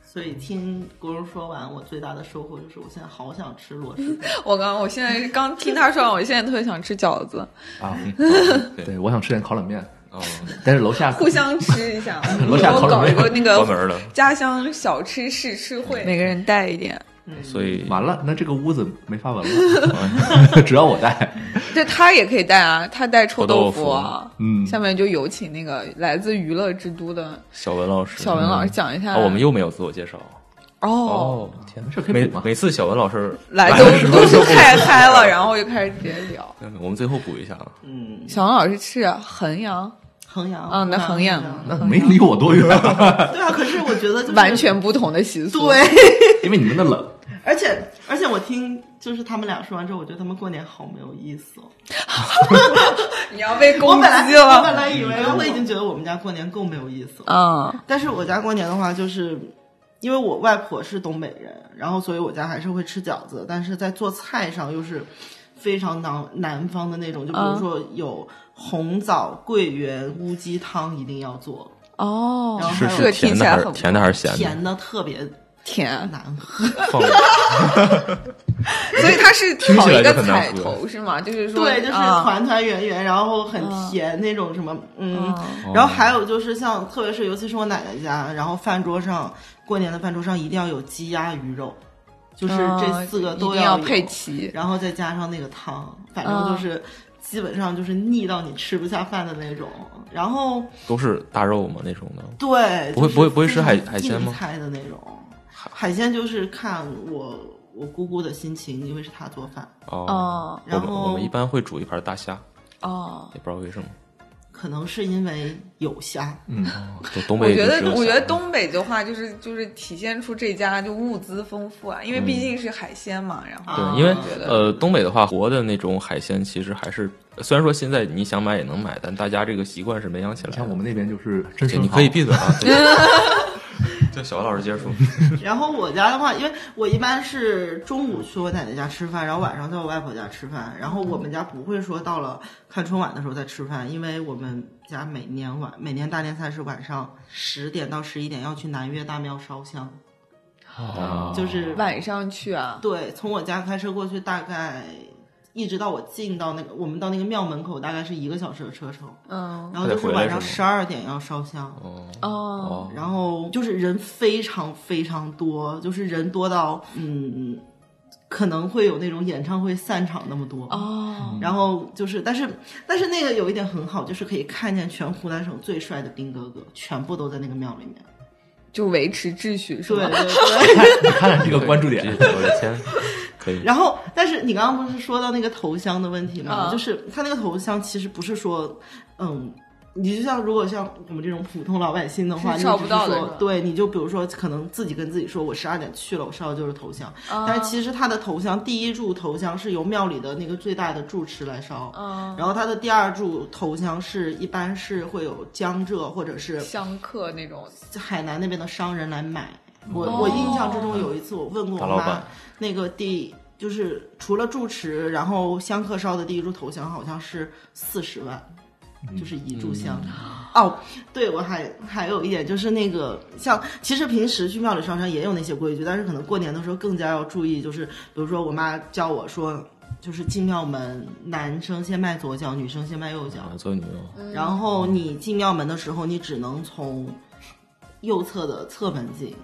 所以听国荣说完，我最大的收获就是我现在好想吃螺蛳粉。
我刚，我现在刚听他说完，我现在特别想吃饺子，
啊，
嗯对，
对我想吃点烤冷面，
嗯，
但是楼下
互相吃 一下。
楼下烤
我
冷
搞一
面
个那
关门
个
了，
家乡小吃试吃会，每个人带一点。
所以
完了，那这个屋子没法闻了， 只要我带。
对他也可以带啊，他带臭豆
臭豆腐
啊。
嗯，
下面就有请那个来自娱乐之都的
小文老师，
小文老师讲一下。
啊，我们又没有自我介绍
哦，，
天
没事可以
每
补吗？
每次小文老师
来
的
都
时候
都是
就会
太嗨了，然后就开始直接聊。
嗯我们最后补一下啊，
嗯，
小王老师是衡阳，
衡阳
啊那衡阳
那没离我多远，
对啊，可是我觉得 就是
完全不同的习俗。
对，
因为你们那冷。
而且而且我听就是他们俩说完之后，我觉得他们过年好没有意思哦。
你要被
我
攻
本来
击
我
了。
本来以为我已经觉得我们家过年够没有意思了，
嗯，
但是我家过年的话，就是因为我外婆是东北人，然后所以我家还是会吃饺子，但是在做菜上又是非常南南方的那种，就比如
嗯
说有红枣、桂圆、乌鸡汤一定要做，
哦
然后，
是
还有
这个
是
听
甜
起
的
来
还是
很
甜的还是咸的？
甜的特别
甜，
难喝。
放
所以它是讨一
听起来就
个
很难
彩
喝
头是吗？就是说，
对，就是
啊
团团圆圆，然后很甜那种什么，嗯。
哦
嗯
然后还有就是像，特别是尤其是我奶奶家，然后饭桌上过年的饭桌上一定要有鸡鸭鱼肉，就是这四个
嗯一
都
定要
有
配齐。
然后再加上那个汤，反正
啊
就是基本上就是腻到你吃不下饭的那种。然后
都是大肉嘛那种的，
对，
不会
就是
不会不会吃海
非常
海鲜吗
硬菜的那种海鲜就是看我我姑姑的心情，因为是她做饭，
哦
哦，
我
然
们
后
我们一般会煮一盘大虾，
哦，
也不知道为什么，
可能是因为有虾，
嗯，
东东
我
北
觉
就
得
只有，
我觉得
虾
东北的话，就是就是体现出这家就物资丰富啊，因为毕竟是海鲜嘛，然后
啊
嗯对，因为
觉得
呃，东北的话，活的那种海鲜其实还是，虽然说现在你想买也能买，但大家这个习惯是没养起来
像我
的。
们那边就是真
对
生
你
蚝
可以闭嘴啊！对对，小王老师接着说。
然后我家的话，因为我一般是中午去我奶奶家吃饭，然后晚上在我外婆家吃饭。然后我们家不会说到了看春晚的时候再吃饭，因为我们家每年晚每年大年三十晚上十点到十一点要去南岳大庙烧香，
啊
就是
晚上去啊，
对，从我家开车过去大概。一直到我进到那个，我们到那个庙门口，大概是一个小时的车程，
嗯，
然后就
还得
是
回来
晚上
是
十二点要烧香，
哦
哦，
哦，
然后就是人非常非常多，就是人多到嗯，可能会有那种演唱会散场那么多。
哦，
然后就是，但是但是那个有一点很好，就是可以看见全湖南省最帅的兵哥哥全部都在那个庙里面。
就维持秩序是
对
吧？
对对。
你看这个关注点
对，我的天，可以。
然后，但是你刚刚不是说到那个头香的问题吗？
啊
就是他那个头香其实不是说，嗯，你就像如果像我们这种普通老百姓的话，
是
你
烧
只
不
是
到的
说
是吧
对，你就比如说可能自己跟自己说，我十二点去了，我烧的就是头香。
啊
但是其实他的头香第一柱头香是由庙里的那个最大的住持来烧，
嗯，
然后他的第二柱头香是一般是会有江浙或者是
相克那种，
海南那边的商人来买。我、我印象之中有一次我问过
哦大
我
老
妈
板，
那个第就是除了住持，然后香客烧的第一炷头香好像是四十万。就是一炷香，
嗯
哦，对我还还有一点就是那个像，其实平时去庙里烧香也有那些规矩，但是可能过年的时候更加要注意，就是比如说我妈教我说，就是进庙门，男生先迈左脚，女生先迈右脚，
啊，做女优，
然后你进庙门的时候，你只能从右侧的侧门进，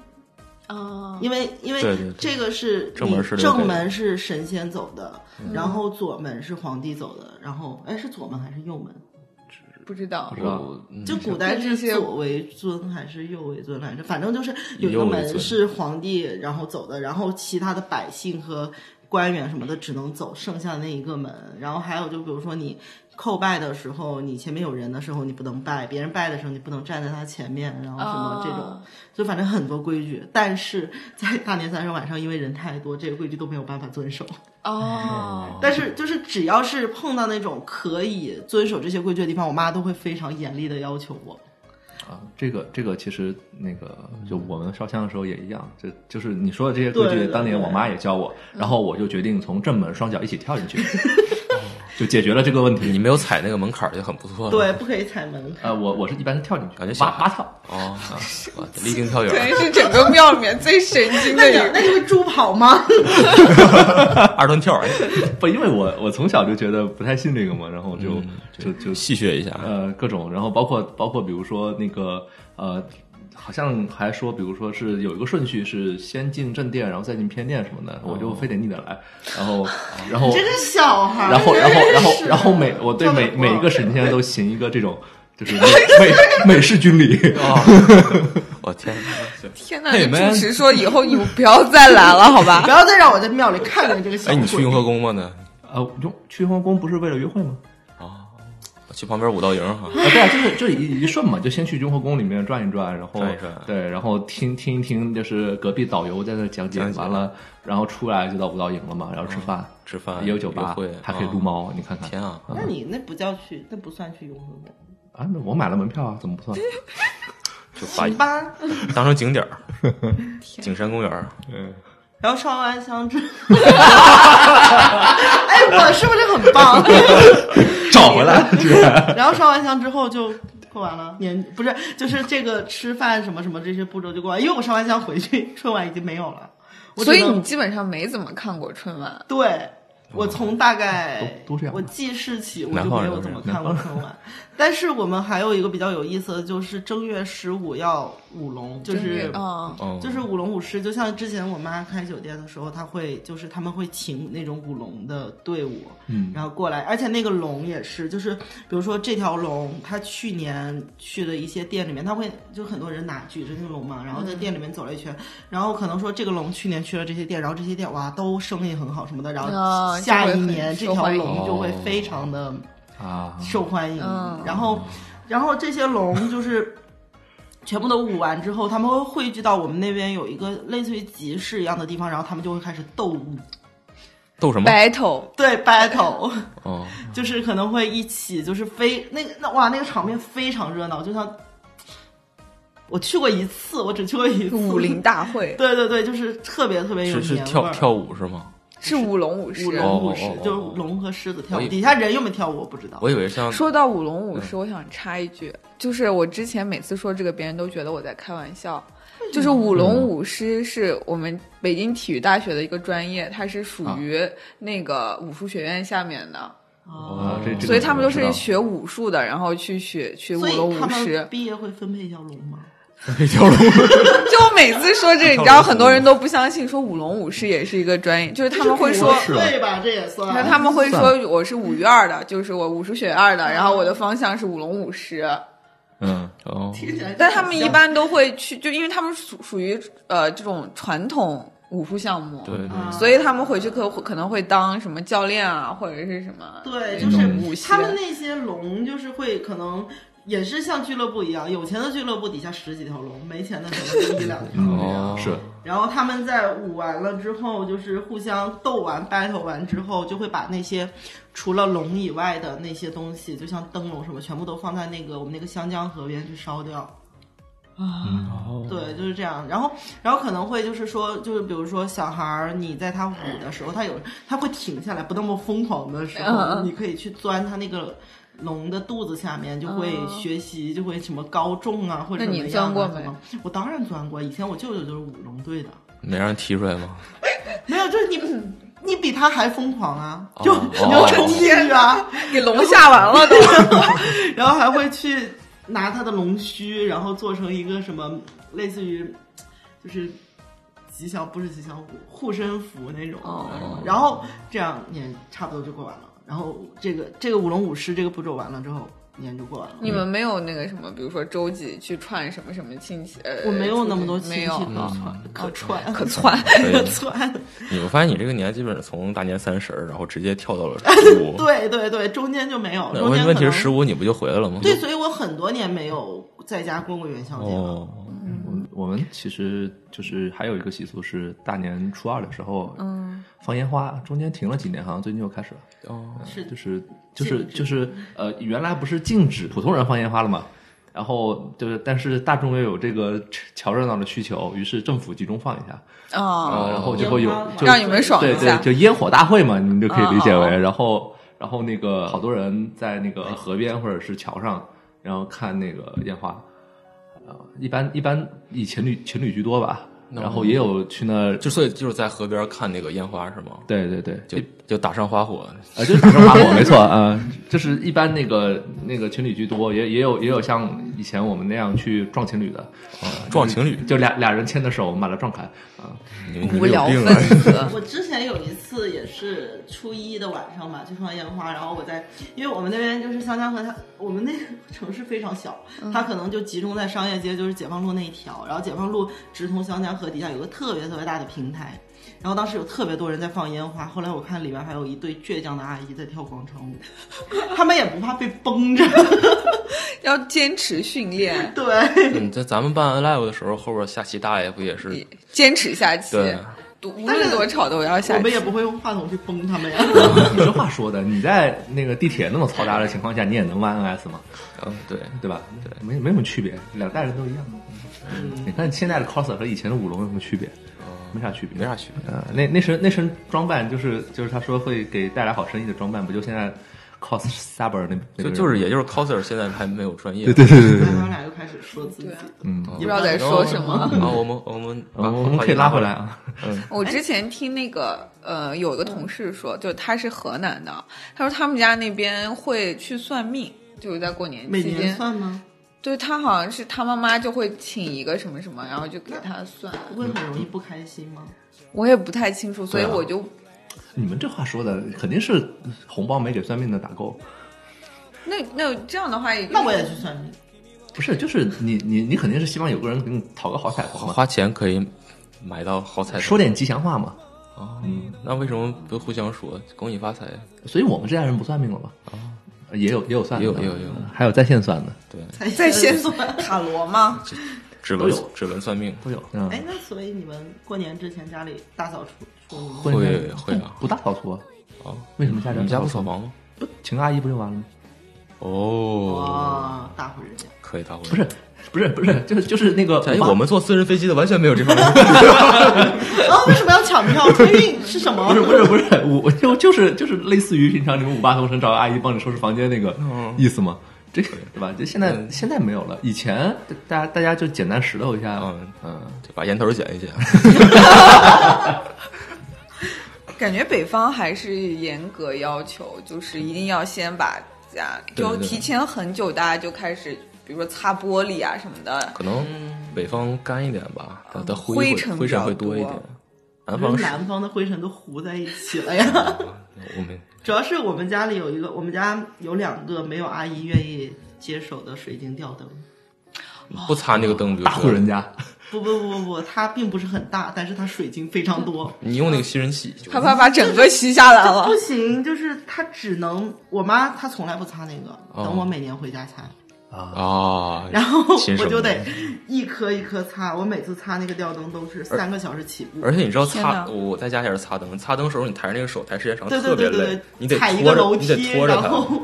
啊，
因为
对
因为
对对
这个是
正门是嗯
你
留给
正门是神仙走的，然后左门是皇帝走的，然后哎是左门还是右门？
不知道
不知道
我嗯
就古代
就是是这些
左为尊还是右为尊来着？反正就是有一
右
个
为
门
尊
是皇帝然后走的，然后其他的百姓和官员什么的只能走剩下的那一个门。然后还有就比如说你叩拜的时候，你前面有人的时候你不能拜，别人拜的时候你不能站在他前面，然后什么这种，
啊
就反正很多规矩。但是在大年三十晚上，因为人太多，这些规矩都没有办法遵守。
哦，
但是就是只要是碰到那种可以遵守这些规矩的地方，我妈都会非常严厉的要求我。
啊。这个这个其实那个，就我们烧香的时候也一样，就就是你说的这些
对
规矩，
对
当年我
对
妈也教我，然后我就决定从正门双脚一起跳进去， 就解决了这个问题。
你没有踩那个门槛儿就很不错了。
对，不可以踩门槛。
呃，我我是一般是跳进去，
感觉小
蛙蛙跳，
哦， 啊哇立定跳远
对，是整个庙里面最神经
那
的一
你
个。
那你会助跑吗？
儿，二段跳儿，哎
不，因为我我从小就觉得不太信这个嘛，然后就、
嗯
就就
戏谑一下。啊
呃各种，然后包括包括比如说那个呃，好像还说，比如说是有一个顺序是先进正殿，然后再进偏殿什么的，我就非得逆着来，然后然后
这个小孩儿，
哦然后，然后，然后
真，是
然后每我对
跳得
每
很
每一
棒
个神仙都行一个这种， 就是美美美式军礼。
嗯
我天，
天哪！
嘿
你主
man
持说以后你不要再来了，好吧
不？要再让我在庙里看见这个小
哎，
鬼。
你去雍和宫吗？呢？
啊，用去皇宫不是为了约会吗？
去旁边五道营哈。
嗯
啊，对啊，就是就是一一顺嘛，就先去雍和宫里面转一转，然后
转一转
对，然后听听一听，就是隔壁导游在那讲解
讲解
完了，然后出来就到舞蹈营了嘛，然后吃饭，
吃饭
也有酒吧
约啊会，
还可以
啊
撸猫，你看看
天啊，
那你那不叫去，那不算去雍和宫。
啊，那我买了门票啊，怎么不 算？
就把
行吧，
当成景点 儿，景山公园儿。
嗯，
然后烧完香之后，哎，我是不是很棒？
找回 来，居然
然后烧完香之后就过完了年，不是就是这个吃饭什么什么这些步骤就过完，因为我烧完香回去春晚已经没有了，我
所以
只能
你基本上没怎么看过春晚。
对。我从大
哦
概
都都这样
我记事起我
啊南
就
方
没
人
有
都
怎
这
么
样
看过春晚， 但是我们还有一个比较有意思的就是正月十五要舞龙，就
真
是
的嗯，
哦，
就是舞龙舞狮，就像之前我妈开酒店的时候，她会就是他们会请那种舞龙的队伍，
嗯
然后过来，而且那个龙也是，就是比如说这条龙，它去年去了一些店里面，他会就很多人拿举着那个龙嘛，然后在店里面走了一圈，然后可能说这个龙去年去了这些店，然后这些店哇都生意很好什么的，然后
啊
下
就会
一
很
年这
受
条
欢迎
龙就会非常的。
啊，
受欢迎。
嗯
然后，然后这些龙就是 全部都舞完之后，他们会汇聚到我们那边有一个类似于集市一样的地方，然后他们就会开始斗舞，
斗什么？
battle
对 battle，
哦，
就是可能会一起就是非那个那哇那个场面非常热闹，就像我去过一次，我只去过一次
武林。大会
对对对，就是特别特别有
是是
年味
跳
儿。
跳舞是吗？
是舞龙舞
舞
狮。
龙舞狮
哦哦哦哦
就是龙和狮子跳
我以
舞，底下人有没有跳舞我不知道。
我以为像
说到舞龙舞狮，我想插一句，就是我之前每次说这个，别人都觉得我在开玩笑。就是舞龙舞狮是我们北京体育大学的一个专业，它是属于那个武术学院下面的，
啊，
哦，
这这个
所以他们都
我
是
知道
学武术的，然后去学去舞
所以
龙
他
舞狮
们。毕业会分配一条龙吗？
一条龙，
就每次说这个，你知道很多人都不相信，说舞龙舞狮也是一个专业，就是他们会说
这。是国粹吧，这也算。
那他们会
算
说我是五院儿的，就是我武术学院儿的，然后我的方向是舞龙舞狮，
嗯，
哦，
听起来就很像，
但他们一般都会去，就因为他们属属于呃这种传统武术项目，
对，对，
啊，
所以他们回去可可能会当什么教练啊，或者是什么
对，
那
就
种舞
是
狮
他们那些龙，就是会可能也是像俱乐部一样，有钱的俱乐部底下十几条龙，没钱的可能就一两条。
哦
嗯是
然后他们在舞完了之后，就是互相斗完、battle 完之后，就会把那些除了龙以外的那些东西，就像灯笼什么，全部都放在那个我们那个湘江河边去烧掉。
嗯哦
哦
嗯
对，就是这样。然后，然后可能会就是说，就是比如说小孩儿，你在他舞的时候，他有他会停下来，不那么疯狂的时
嗯
候，
嗯
你可以去钻他那个龙的肚子下面，就会
哦
学习，就会什么高中啊，或者
那
怎
你
么样
钻
啊
过没
怎么我当然钻过，以前我舅舅就是舞龙队的，
没让人踢出来吗？
没有，就是你。你比他还疯狂啊！就
哦
你要冲进去啊，
给龙吓完了都。
然后还会去拿他的龙须，然后做成一个什么类似于就是吉祥不是吉祥物护身符那种，
哦
然后这样年差不多就过完了。然后这个这个舞龙舞狮这个步骤完了之后，年就过完了。
你们没有那个什么，比如说周几去串什么什么亲戚？呃
我没有那么多亲
没
戚
有
可
嗯
窜可窜
可窜，
可窜，
你我发现你这个年基本上从大年三十儿，然后直接跳到了十五。
对对对，中间就没有。
对，
中
问
间可
问
能
题是十五你不就回来了吗？
对，所以我很多年没有在家过过元宵节了。
哦，
我们其实就是还有一个习俗是大年初二的时候
嗯，
放烟花，中间停了几年，好像最近又开始了。
哦，
是的
就是就是
禁止
就是呃，原来不是禁止普通人放烟花了吗？然后就是，但是大众又有这个 瞧热闹的需求，于是政府集中放一下，呃
哦，
然后就会有
烟花
就
让你们爽
对
一下
对，就烟火大会嘛，你们就可以理解
哦哦
为，
哦
然后然后那个好多人在那个河边或者是桥上，然后看那个烟花，呃，一般一般以情侣情侣居多吧，
嗯
然后也有去那，
就所以就是在河边看那个烟花是吗？
对对对，
就
哎
就打上花火，
啊，就是打上花火，没错啊，就是一般那个那个情侣居多，也也有也有像以前我们那样去撞情侣的，
撞情侣，
就俩俩人牵着手，我们把它撞开 啊，
你们你
嗯无
们有
聊
病
分
啊！
子。
我之前有一次也是初一的晚上吧，去放烟花，然后我在，因为我们那边就是香江河，它我们那个城市非常小，它可能就集中在商业街，就是解放路那一条，然后解放路直通香江河底下有个特别特别大的平台，然后当时有特别多人在放烟花，后来我看里边还有一对倔强的阿姨在跳广场舞，他们也不怕被崩 着，
要坚持训练，
对，
嗯，在咱们办 live 的时候，后边下棋大爷不也是？
坚持下去。
对，
多无论多吵都要
我
下
们
去。
也不会用话筒去崩他们呀。
你这话说的，你在那个地铁那么嘈杂的情况下，你也能玩 NS 吗？
嗯，对，嗯
对吧？对，没没什么区别，两代人都一样。你看现在的 coser 和以前的舞龙有什么区别？
哦
没啥区别，
没啥区别。
呃，那那身那身装扮就是就是他说会给带来好生意的装扮，不就现在 cos saber 那那个
就
人
就是，也就是 coser 现在还没有专业。
对对对 对对，
他们俩又开始说自己
对，啊
嗯，
不知道在说什么。
啊，我们我们
我哦们我们可以拉回来。啊。
我
哎
之前听那个呃，有一个同事说，就是他是河南的，他说他们家那边会去算命，就是在过年
每
期
年
间，
算吗？
就是他好像是他妈妈就会请一个什么什么，然后就给他算。
不会很容易不开心吗？
我也不太清楚，所以
对啊
我就
你们这话说的肯定是红包没给算命的打勾，
那那这样的话，
那我也去算命。
不是？就是你你你肯定是希望有个人给你讨个好彩头嘛，
花钱可以买到好彩头。
说点吉祥话嘛。
哦，那为什么不互相说恭喜发财？
所以我们这代人不算命了吧？也有也有算的，
哦也有也有也有
还有在线算的
对，
在线
算。
塔罗吗？
指
都
纹
有
指纹算命
都有。嗯，
哎，那所以你们过年之前家里大扫除出吗？
婚
会
前
会啊
不不大扫除啊，
哦。
为什么家
你
长
们家不
扫
扫房吗？
除？请个阿姨不就完了吗？
哦，
哇，大户人家，
可以打回来。
不是，不是，不是，就是就是那个
哎，
我
我们坐私人飞机的完全没有这方面。
啊，为什么要抢票？春运是什么？
不是不是不是，我我就就是就是类似于平常你们五八同城找个阿姨帮你收拾房间那个意思吗？这个对吧？就现在
嗯
现在没有了，以前大家大家就简单石头一下，
嗯
嗯，
对把烟头剪一剪。
感觉北方还是严格要求，就是一定要先把家，
对
就
对对
提前很久，大家就开始，比如说擦玻璃啊什么
嗯
的。
可能北方干一点吧，它它灰
灰
会
尘
灰
比较
尘会多一点
多。
南
不
方
是
是，
南方的灰尘都糊在一起了呀。
我们
主要是我们家里有一个，我们家有两个没有阿姨愿意接手的水晶吊灯。
不擦那个灯，比如
大户人
说
家
不不不不不，它并不是很大，但是它水晶非常 多。
你用那个吸尘器就，
他怕把整个吸下来了
不，行，就是它只能我妈她从来不擦那个，等我每年回家擦。
啊，
啊，
然后
禽兽
我就得一颗一颗擦，我每次擦那个吊灯都是三个小时起步。
而且你知道
天
擦，
哪
我在家也是擦灯，擦灯时候你抬着那个手抬时间长
对
特别
对对对
累
对，，
你得
踩一
拖
个
着，
楼
你得
梯，
拖着
然
它。
后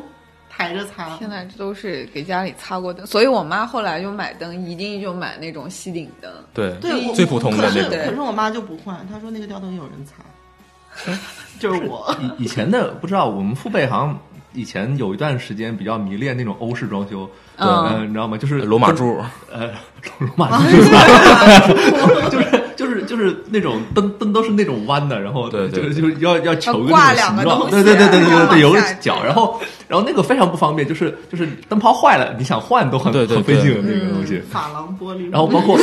抬着擦。
天哪，这都是给家里擦过灯，所以我妈后来就买灯，一定就买那种吸顶灯。
对，
对，我
最普通的
可是
那种
可是我妈就不换，她说那个吊灯有人擦，就是我。
以以前的不知道，我们父辈好像以前有一段时间比较迷恋那种欧式装修，
嗯
嗯，你知道吗？就是
罗马柱，
呃，龙 马精就是就是就是那种灯灯都是那种弯的，然后
对对
就是就是要要求一
挂
种
两
形
个
状，
东
对
西
对对对对
然
对
后
对，有个
往下
角，
坠
然后然后那个非常不方便，就是就是灯泡坏了，你想换都很
对对
很
对
费劲的那个东西。
珐琅玻璃。
然后包括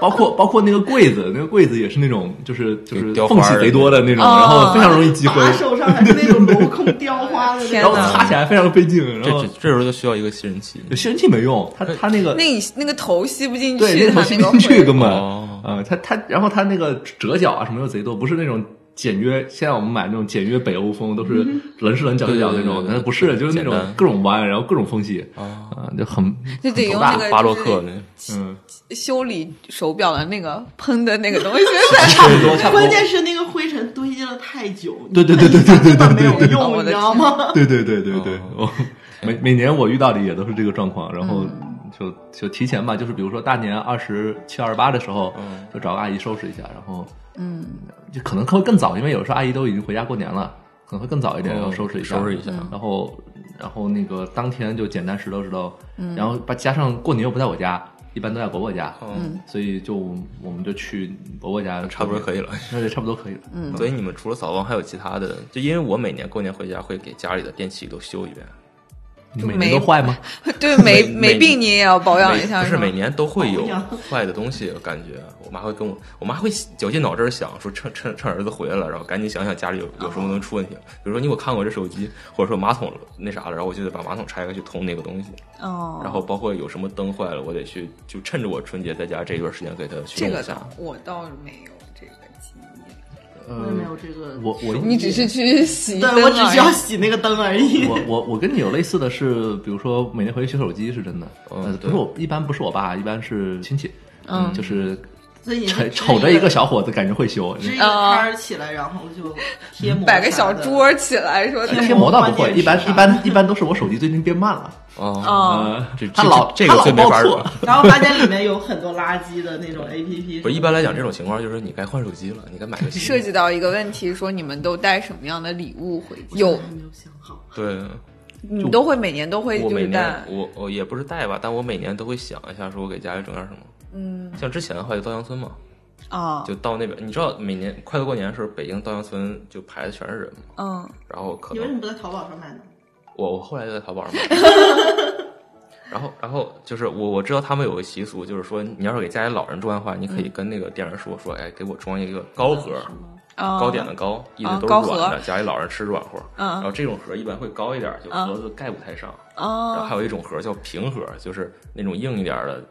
包括包括那个柜子，那个柜子也是那种就是就是
雕花
缝
儿
隙
的
贼多的那种，
哦
然后非常容易积灰，
把手上还是那种镂空雕花的那
天
然后
种，
哪
擦起来非常费劲。
这
然后
这哎这时候就需要一个吸尘器。
吸尘器没用，它它那个
那你那个头吸不进
对，
去，
那头
它
吸
那
不
个
进去
会
根本。
哦
嗯，它它，然后它那个折角啊什么又贼多，不是那种简约。现在我们买那种简约北欧风，都是棱是棱角是角那种，
对对对对对
但是不是，就是那
简
种
单
各种弯，然后各种缝隙，
啊，
啊，就很
就得用那个
巴洛克那
嗯，
就是修理手表的那个喷的那个 东西，
差不多差不多
关。键是那个灰尘堆积了太久，
对对对对对对对
根本没有
对对
用，你知道吗？
对对对对对我
哦，
每每年我遇到的也都是这个状况，然后
嗯
就就提前吧，就是比如说大年二十七、二十八的时候
嗯，
就找个阿姨收拾一下，然后
嗯，
就可能会更早，因为有时候阿姨都已经回家过年了，可能会更早一点，然后收拾一下，
哦收拾一下
然后然后那个当天就简单石头石头，然后把加上过年又不在我家，一般都在伯伯家，
嗯，
所以就我们就去伯伯家，
差不多可以了。
那就差不多可以了。
嗯，所以你们除了扫房还有其他的？就因为我每年过年回家会给家里的电器都修一遍，
你
就
每
没
年都坏吗？
对，没
每
没病你也要保养一下，
每不是
吗
每？年都会有
保养
坏的东西，我感觉我妈会跟我，我妈会绞尽脑汁儿想说趁趁趁儿子回来了，然后赶紧想想家里有有什么能出问题，比如说你给我看过这手机，或者说马桶那啥了，然后我就得把马桶拆开去通那个东西，
哦，
然后包括有什么灯坏了，我得去就趁着我春节在家这一段时间给它去
这
弄
个
一下
倒。我倒是没有这个经验，
嗯
我也没有这个，
呃我我
你只是去洗灯
对我只
而
需
已
要洗那个灯而已。
我我我跟你有类似的是，比如说每天回去修手机是真的，
嗯
呃，不
对
是我一般不是我爸，一般是亲戚，
嗯
就是
所以你
瞅
是
瞅着一个小伙子感觉会修，
支一个
啊
摊儿起来，然后就贴 膜，
摆个小桌，儿起来说
贴
贴膜倒不会，
关键
一
是
般
啥
一般一般都是我手机最近变慢了，
哦，
哦，
呃
这，
他
这
老
这个
他老
最没
报
法儿
错
了，
然后发现里面有很多垃圾的那种 A P P。
不是一般来讲这种情况就是你该换手机了，你该买个 新
涉
的。
及到一个问题，说你们都带什么样的礼物回去？有
还，没有想好，
对，
你都会每年都会
我
就
每
是
年
带，
我我也不是带吧，但我每年都会想一下，说我给家里整点什么。
嗯
像之前的话，就稻香村嘛，
啊，
就到那边，你知道每年快乐过年的时候，北京稻香村就排的全是人嘛，
嗯，
然后可
你为什
能
么不在淘宝上买呢？
我我后来就在淘宝上买。 然后，然后就是我我知道他们有个习俗，就是说你要是给家里老人装的话，你
嗯
可以跟那个店员说说，哎，给我装一个高盒，
啊
糕点的糕，一直
啊
都
高
是软
盒
的，家里老人吃软和。
嗯
然后这种盒一般会高一点，就
嗯
盒子盖不太上。然后
啊
还有一种盒叫平盒，就是那种硬一点的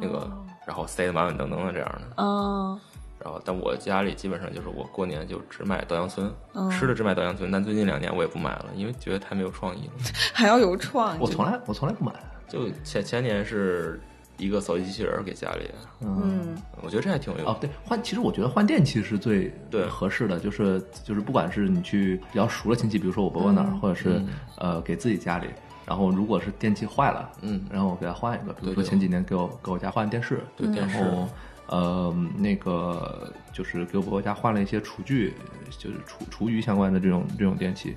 那个，然后塞得满满登登的这样的。
啊
然后，但我家里基本上就是我过年就只买稻香村，
嗯
吃的只买稻香村，但最近两年我也不买了，因为觉得太没有创意了。
还要有创意，
我从来我从来不买，
就前前年是一个扫地机器人儿给家里，
嗯。
嗯
我觉得这还挺有用
哦，。对，换其实我觉得换电器是最
对
合适的，就是就是不管是你去比较熟的亲戚，比如说我伯伯那
嗯
儿，或者是、
嗯
呃给自己家里，然后如果是电器坏了，
嗯，
然后我给他换一个，比如
对
说
对
前几年给我给我家换电视，
对电视
然后呃那个就是给我伯伯家换了一些厨具，就是厨厨余相关的这种这种电器。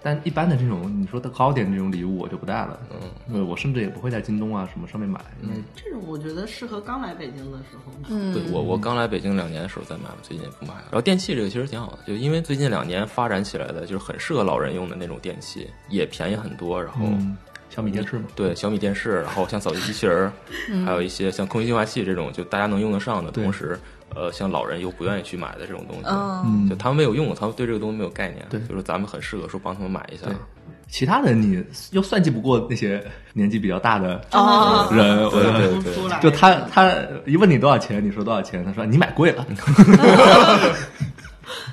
但一般的这种你说的糕点这种礼物我就不带了，
嗯，
对我甚至也不会在京东啊什么上面买，因为
这种我觉得适合刚来北京的时候买。
对
嗯，
我我刚来北京两年的时候再买，我最近也不买了。然后电器这个其实挺好的，就因为最近两年发展起来的，就是很适合老人用的那种电器，也便宜很多。然后、
嗯，小米电视嘛，
对小米电视，然后像扫地机器人儿，还有一些像空气净化器这种，就大家能用得上的，
对
同时，呃，像老人又不愿意去买的这种东西，
嗯
嗯
就，他们没有用过，他们对这个东西没有概念，
对
所以说咱们很适合说帮他们买一下
对。其他的你又算计不过那些年纪比较大的
啊
人，我
对
觉得
对
不出来，
就他他一问你多少钱，你说多少钱，他说你买贵了，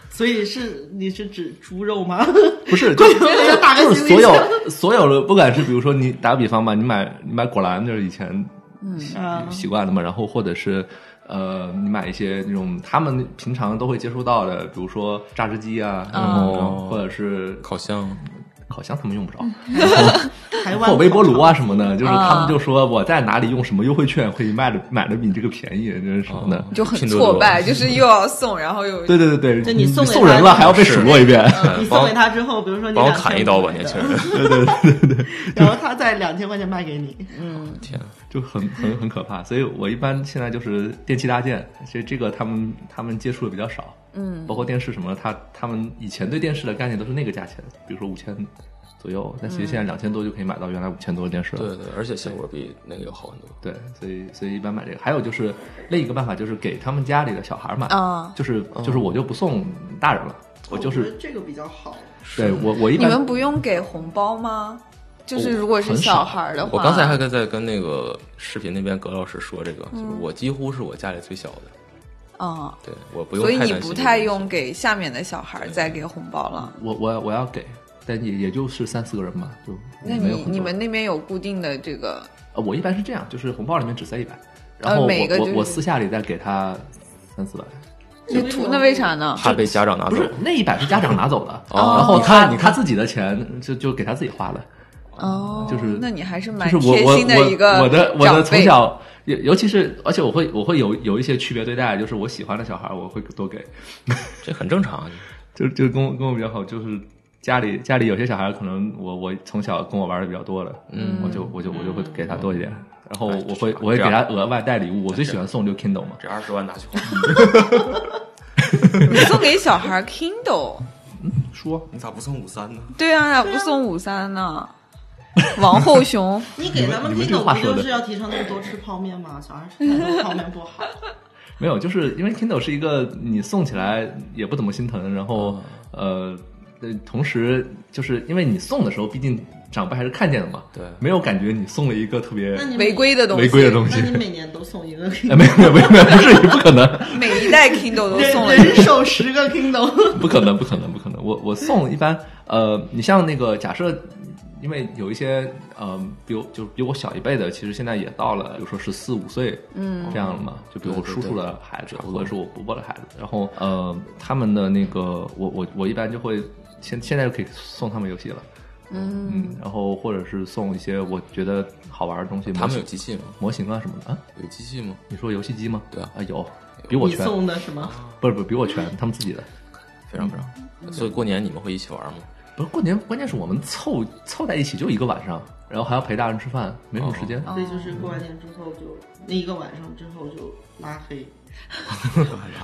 所以是你是指猪 肉吗？
不是就
我要打个
就是
行李
所
箱
有所有的，不管是比如说你打个比方吧，你买你买果篮就是以前习
嗯
习惯的嘛，然后或者是。呃，你买一些那种他们平常都会接触到的，比如说榨汁机啊，
嗯
然后或者是
烤箱，
烤箱，他们用不着，
嗯台湾
或微波炉啊什么的，就是
啊
他
嗯
们就说我在哪里用什么优惠券可以卖的买的比你这个便宜，就是什么的。
哦
就很
拼多多
挫败，就是又要送，然 后又
对对对
就
对，你
你送给
送人
他
了还要被数落一遍。
你送给他之后，比如说你
帮我
两千
砍一刀吧，
块钱
年轻
的
人！
然后他再两千块钱卖给你，
天，
就很 很很可怕。所以我一般现在就是电器搭建，其实这个他们他们接触的比较少，
嗯，
包括电视什么的，他他们以前对电视的概念都是那个价钱，比如说五千左右，但其实
嗯
现在两千多就可以买到原来五千多的电视了。
对对，而且效果比那个要好很多。
对，所以所以一般买这个。还有就是另一个办法就是给他们家里的小孩买，
啊
就是就是我就不送大人了，我就
觉
是
得这个比较好。
对我我一
哦你
般
们不用给红包吗？就是如果是
很少
小孩儿的话，
我刚才还在跟那个视频那边葛老师说这个，就是我几乎是我家里最小的，
啊，
对，我不用
所
太
以
担心
你
这个东西。
不太用给下面的小孩儿再给红包了。
我我我要给，但也也就是三四个人吧，就
那
没有
你
很多
你们那边有固定的这个
呃我一般是这样，就是红包里面只塞一百，然后我、
呃每个就
我我
是
私下里再给他三四百，
那图？那为啥呢？
怕被家长拿
不
走。
是那一百是家长拿走的，
哦
然后他
你看你看
他自己的钱就就给他自己花的，
哦，
就是
那你还是蛮
就是我
贴
我
心的一个
我我的我
长
的
辈
从小。尤尤其是，而且我会我会有有一些区别对待，就是我喜欢的小孩，我会多给，
这很正常啊。
就就跟我跟我比较好，就是家里家里有些小孩，可能我我从小跟我玩的比较多的，
嗯
我就我就我就会给他多一点，然后
哎
我会
这
我会给他
这样
额外带礼物。我最喜欢送就 Kindle 嘛，
这二十万拿去 花，
你送给小孩 Kindle，
说
你咋不送五三呢？
对啊，不送五三呢？王后 雄，
你给咱
你们你们这
Kindle
话
不
说的
就是要提倡他们多吃泡面吗？小孩吃太多泡面不 好。
没有，就是因为 Kindle 是一个你送起来也不怎么心疼，然后呃，呃同时就是因为你送的时候，毕竟长辈还是看见了嘛，
对
没有感觉你送了一个特别
那你每
违规的东西，
违规的东
那
西
你。每年都送一个 Kindle，
哎，没有没有没有没有，不至于，不可能。
每一代 Kindle 都送了
人人手十个 Kindle，
不可能，不可能，不可能。我我送一般，呃，你像那个假设，因为有一些呃，比我就是比我小一辈的，其实现在也到了，比如说十四五岁，嗯，这样了嘛，就比如我
对对
叔叔
对
的孩子，啊或者是我伯伯的孩子，然后呃，他们的那个，我我我一般就会现现在就可以送他们游戏了，嗯然后或者是送一些我觉得好玩的东西，
他们
模
有
型
机器吗？
模型啊什么的啊，
有机器吗？
你说游戏机吗？
对啊
啊有， 比我
你
全，
送的是吗？
不是不是比我全，他们自己的。
非常非
嗯
常。所以过年你们会一起玩吗？
不是过年，关键是我们凑凑在一起就一个晚上，然后还要陪大人吃饭，没什么时间。
哦
所以就是过完年之后就那一个晚上之后就拉黑。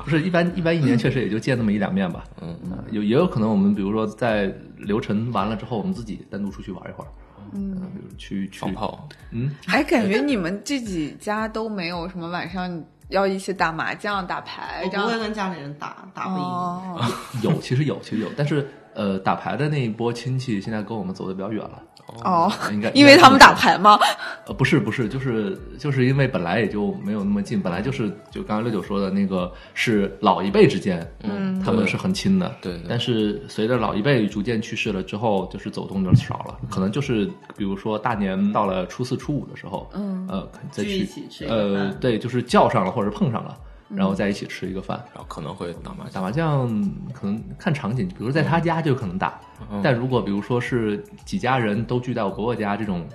不 是一般一般一年确实也就见那么一两面吧。
嗯
呃有也有可能我们比如说在流程完了之后，我们自己单独出去玩一会儿，嗯，比如去去
放，炮，
嗯，
哎，感觉你们这几家都没有什么晚上要一起打麻将、打牌
我
这
不会
样。
跟家里人打，打不赢。
哦，
有其实有其实有，但是呃打牌的那一波亲戚现在跟我们走的比较远了。 呃
哦
应该，
因为他们打牌吗？
呃，不是不是，就是就是因为本来也就没有那么近，本来就是就刚刚六九说的那个是老一辈之间，
嗯
他们是很亲的，
对对对
但是随着老一辈逐渐去世了之后，就是走动就少
嗯
了，可能就是比如说大年到了初四初五的时候，
嗯
呃，再
聚
去
一起吃一个
呃，
饭嗯
对，就是叫上了或者碰上了，然后在一起吃一个饭。
然后可能会打麻将。
打麻将可能看场景，比如说在他家就可能打，
嗯
但如果比如说是几家人都聚在我伯伯家这种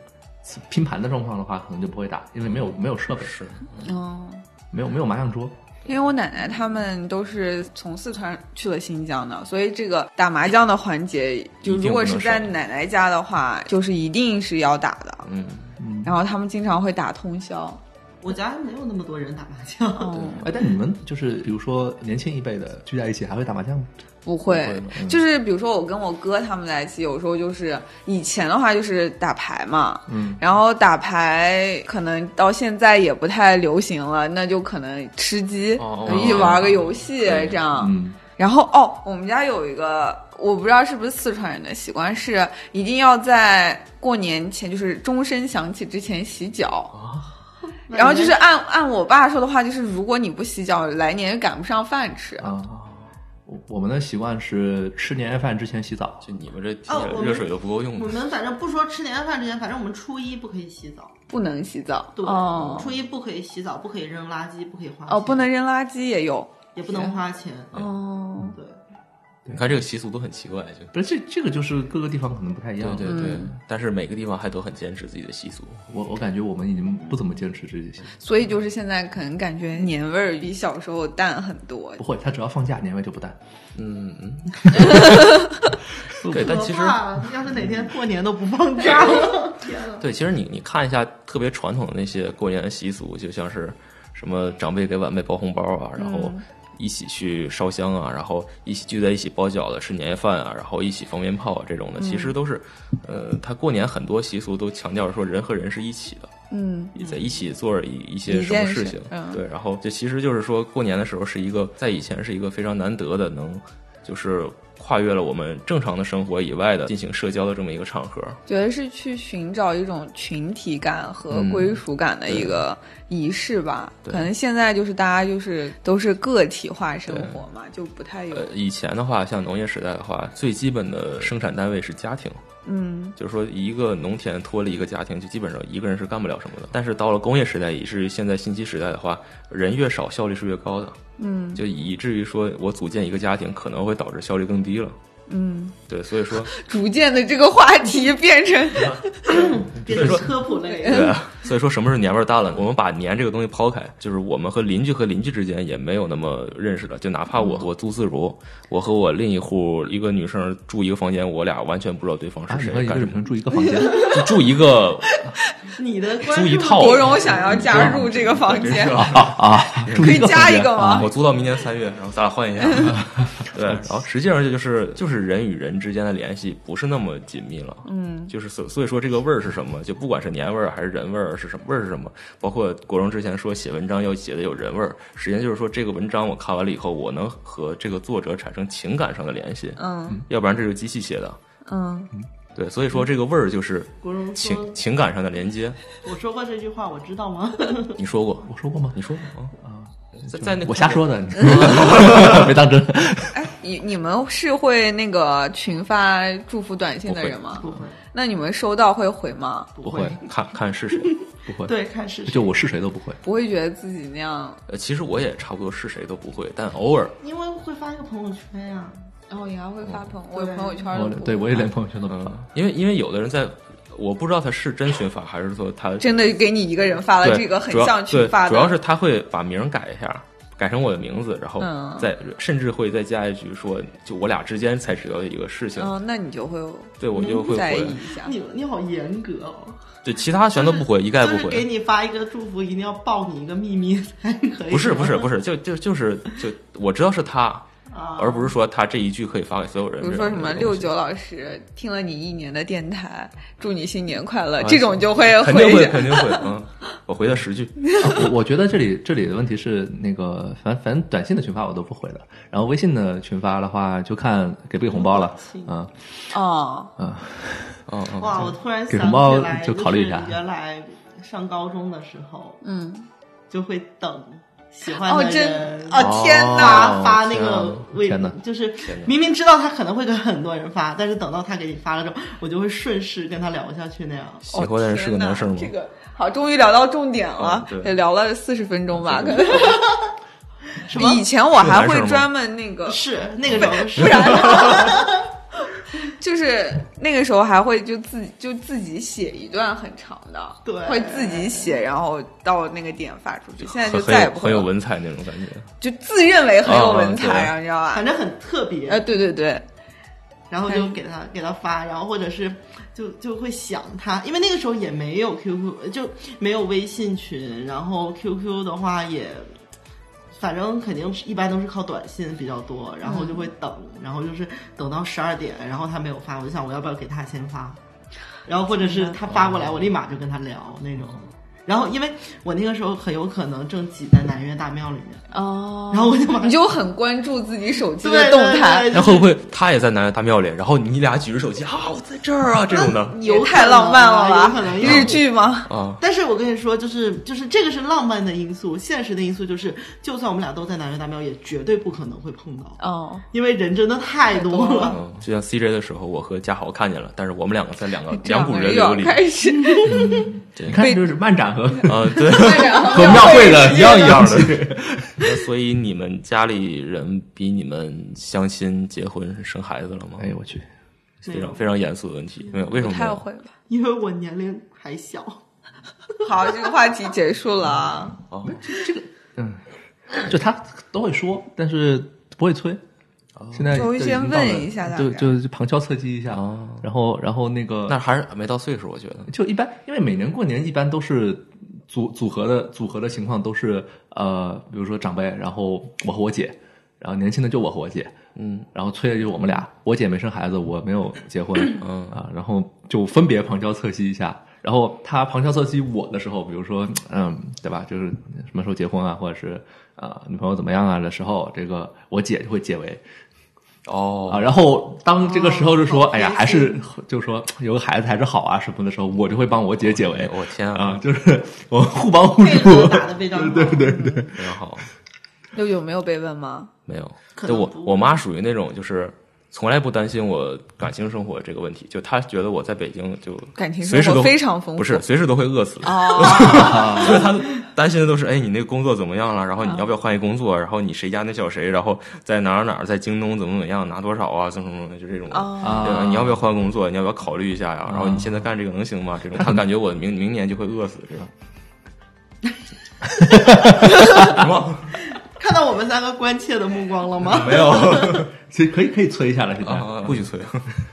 拼盘的状况的话，可能就不会打，因为没有没有设备，
是，
哦，
没有没有麻将桌。
嗯
因为我奶奶他们都是从四川去了新疆的，所以这个打麻将的环节，就
一定
如果
不
是
能
在
少
奶奶家的话，就是一定是要打的。
嗯，
然后他们经常会打通宵。
我家没有那么多人打麻将，
哦，
哎，但你们就是比如说年轻一辈的聚在一起还会打麻将吗？嗯
不会
不会吧，
就是比如说我跟我哥他们在一起，有时候就是以前的话就是打牌嘛，
嗯，
然后打牌可能到现在也不太流行了，那就可能吃鸡，
哦
一起玩个游戏
对
这样。
嗯，
然后哦，我们家有一个，我不知道是不是四川人的习惯，是一定要在过年前，就是钟声响起之前洗脚。
哦
然后就是按按我爸说的话，就是如果你不洗脚，来年就赶不上饭吃。
啊，我我们的习惯是吃年夜饭之前洗澡，
就你们这
哦
天
我们
热水都不够用
我
的。
们反正不说吃年夜饭之前，反正我们初一不可以洗澡，
不能洗澡。
对，
哦
初一不可以洗澡，不可以扔垃圾，不可以花
哦，
钱
不能，扔垃圾也有。
也不能花钱。嗯
哦，
对，
你看这个习俗都很奇怪，就
不是这这个就是各个地方可能不太一样
对。对对
嗯，
但是每个地方还都很坚持自己的习俗。
我我感觉我们已经不怎么坚持这些习俗，
所以就是现在可能感觉年味儿比小时候淡很多
不。会，他只要放假年味就不淡。
嗯，嗯对，但其实
可怕了要是哪天过年都不放 假了，天啊！
对，其实你你看一下特别传统的那些过年的习俗，就像是什么长辈给晚辈包红包啊，然后
嗯
一起去烧香啊，然后一起聚在一起包饺子、吃年夜饭啊，然后一起放鞭炮啊这种的，
嗯
其实都是，呃，他过年很多习俗都强调说人和人是一起的，
嗯，
在一起做一一些
一
什么
件
事
事
情，
嗯
对，然后这其实就是说过年的时候是一个在以前是一个非常难得的能就是。跨越了我们正常的生活以外的进行社交的这么一个场合，
觉得是去寻找一种群体感和
嗯
归属感的一个仪式吧。
对
可能现在就是大家就是都是个体化生活嘛，就不太有
呃，以前的话，像农业时代的话，最基本的生产单位是家庭，
嗯
就是说一个农田脱离一个家庭，就基本上一个人是干不了什么的。但是到了工业时代，以至于现在信息时代的话，人越少，效率是越高的，
嗯
就以至于说我组建一个家庭可能会导致效率更低了。
嗯，
对，所以 说，
逐渐的这个话题变成
变成科普类的。
对，啊所以说什么是年味儿大了？我们把年这个东西抛开，就是我们和邻居和邻居之间也没有那么认识了。就哪怕
嗯
我我租自如，我和我另一户一个女生住一个房间，我俩完全不知道对方
啊，
是
你
谁
和一个
干什
女
么
生，住一 个房间，
就住一个
你的关
租一
注
套。
国荣想要加入这个房间，
啊住
可以
个
加
房
一
间啊
个吗？
我租到明年三月，然后咱俩 换一下。对，然后实际上这就是就是人与人之间的联系不是那么紧密了。嗯，就是所所以说这个味儿是什么？就不管是年味儿还是人味儿是什么味儿是什么，包括国荣之前说写文章要写的有人味儿，实际上就是说这个文章我看完了以后，我能和这个作者产生情感上的联系，
嗯
要不然这是机器写的。
嗯，
对，所以说这个味儿就是
国荣
情
说
情感上的连接。：“
我说过这句话，我知道吗？
你说过，
我说过吗？
你说过啊在在那
我瞎说的， 你没当真。
哎，你你们是会那个群发祝福短信的人吗？
不会，
那你们收到会回吗？
不
不会，
看看是谁。
不会，
对，看是谁
就我是谁都不会。
不会觉得自己那样？
呃，其实我也差不多是谁都不会，但偶尔
因为会发一个朋友圈呀、
哦，也还会发朋，我
对
朋友圈
我
都不
对我
会
也
发
连朋友圈都不发。啊
因为因为有的人在，我不知道他是真群发还是说他
真的给你一个人发了
对
这个很
主要
像群
对
发的，
主要是他会把名儿改一下，改成我的名字，然后
嗯
再、甚至会再加一句说，就我俩之间才知道的一个事情，
嗯，那你就会
对我就会
在意
回，
一下。
你你好严格哦，
对其他全都不回，一概不
就是给
回。
你发一个祝福，一定要报你一个秘密才可以。
不是不是不是，就就就是就我知道是他，
啊，
而不是说他这一句可以发给所有人。
比如说什么
这种
六
东西
九老师听了你一年的电台，祝你新年快乐，
啊
这种就会
肯定
回一
会
下。
肯定会，嗯，我回他十句。
我我觉得这里这里的问题是那个，反反正短信的群发我都不回的，然后微信的群发的话，就看给不给红包了啊。
哦，
嗯嗯，
哇！我突然
给
想
红包
起来，
就考虑一下
是原来上高中的时候，
嗯，
就会等喜欢
哦，
的
真
人
哦，天哪！
哦
发发那
天啊
个微
天哪，
就是
天哪
明明知道他可能会给很多人发，但是等到他给你发了之后，我就会顺势跟他聊下去那 样。
喜欢的人是个男生吗？
哦这个好，终于聊到重点了
啊，对
也聊了四十分钟吧，可
嗯
能
什么
比以前我还
是男生
会
吗
专门那个，
是那个时候是
不然就是那个时候还会就自己就自己写一段很长的，
对
会自己写，然后到那个点发出去。现在就
很很
再也
有
不会
很有
了
文采那种感觉。
就自认为很有文采，
啊对
然后你知道吧
反？正很特别，
呃，嗯对对对，
然后就给他给他发，然后或者是就就会想他，因为那个时候也没有 QQ，就没有微信群，然后 QQ 的话也，反正肯定是一般都是靠短信比较多，然后就会
嗯
等，然后就是等到十二点，然后他没有发，我就想我要不要给他先发，然后或者是他发过来，我立马就跟他聊那种。然后，因为我那个时候很有可能正挤在南岳大庙里面，
哦
然后我就马上
你就很关注自己手机
对
的
对
动态
对，
那会不会他也在南大庙里，然后你俩举着手机啊，我在这儿啊，这种的
也
有
太
可
浪
能
漫
啊
了
有可
吧？
能
日
有
剧吗？
啊，
但是我跟你说，就是就是这个是浪漫的因素，现实的因素就是，就算我们俩都在南岳大庙，也绝对不可能会碰到，
哦，
因为人真的太多了。
嗯，就像 CJ 的时候，我和嘉豪看见了，但是我们两个在两个
两
两股
个人
人
又要
流里，
开始
你看，就是漫展和
呃，对，
和庙会的一样一样 的。
所以你们家里人比你们相亲、结婚、生孩子了吗？
哎呦我去，
非常非常严肃的问题，没有，为什么没
太
有？
会吧？
因为我年龄还小，
好，这个话题结束 了啊。
啊
就他都会说，但是不会催。现在
周瑜
就已
先
经到
问
了
一下大
就
概
就就旁敲侧击一下
哦，
然后然后那个
那还是没到岁数，我觉得。
就一般，因为每年过年一般都是组组合的组合的情况都是呃，比如说长辈，然后我和我姐，然后年轻的就我和我姐，
嗯，
然后催的就是我们俩，我姐没生孩子，我没有结婚，
嗯
啊，然后就分别旁敲侧击一下。然后她旁敲侧击我的时候，比如说，嗯，对吧？就是什么时候结婚啊，或者是啊、女朋友怎么样啊的时候，这个我姐就会解围，啊，
哦，
然后当这个时候就说，
哦
哎呀，
好贴
还是就说有个孩子还是好啊什么的时候，我就会帮我姐解围。
我天
啊
啊，，
就是我们互帮互
配合
助，
打的非常好。
对对对对，
非常好。
六九没有被问吗？
没有，
可
就
能
我
不
我妈属于那种就是从来不担心我感情生活这个问题，就她觉得我在北京就
感情
随时
生活
都
非常丰富，
啊
不是随时都会饿死，
哦，
所以她担心的都是，哎，你那个工作怎么样了？然后
啊
你要不要换一工作？然后你谁家那小谁？然后在哪儿哪儿，在京东怎么怎么样拿多少啊？怎么怎么的，就这种。
哦
啊，
啊
对吧？你要不要换工作？你要不要考虑一下呀、然后你现在干这个能行吗？这种他感觉我明明年就会饿死，这样。什么？
看到我们三个关切的目光了吗？
没有，
其实可以可以催一下了，现在、
啊不许催。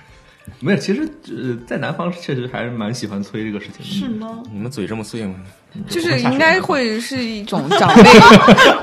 没有。其实呃，在南方确实还是蛮喜欢催这个事情的。
是吗？
你们嘴这么碎吗？
就是应该会是一 种长 辈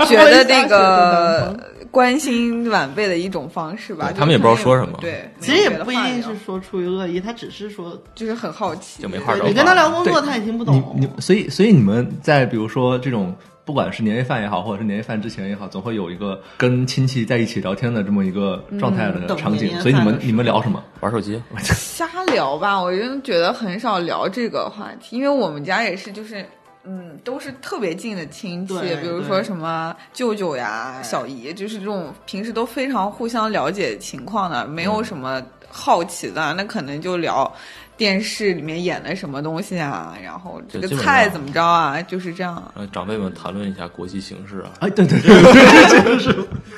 觉得那个关心晚辈的一种方式吧。
对
就
他们也不知道说什么
对，
其实也
没有
不一
别的话
定
聊
是说出于恶意，他只是说
就是很好奇，
就没话
对
找
你跟他聊工作，他也听不
你
懂。
你，所以所以你们在比如说这种，不管是年夜饭也好，或者是年夜饭之前也好，总会有一个跟亲戚在一起聊天的这么一个状态的
等
场景。
嗯年夜
所以你
饭
们
的时
你们聊什么？
玩手机？
瞎聊吧，我就觉得很少聊这个话题，因为我们家也是就是。嗯，都是特别近的亲戚，
对
比如说
对
什么舅舅呀、小姨，就是这种平时都非常互相了解情况的，没有什么好奇的，那可能就聊电视里面演的什么东西啊，然后这
对
个
基本
菜
上
怎么着啊，就是这样啊。
让长辈们谈论一下国际形势啊，
哎，对对对，
就是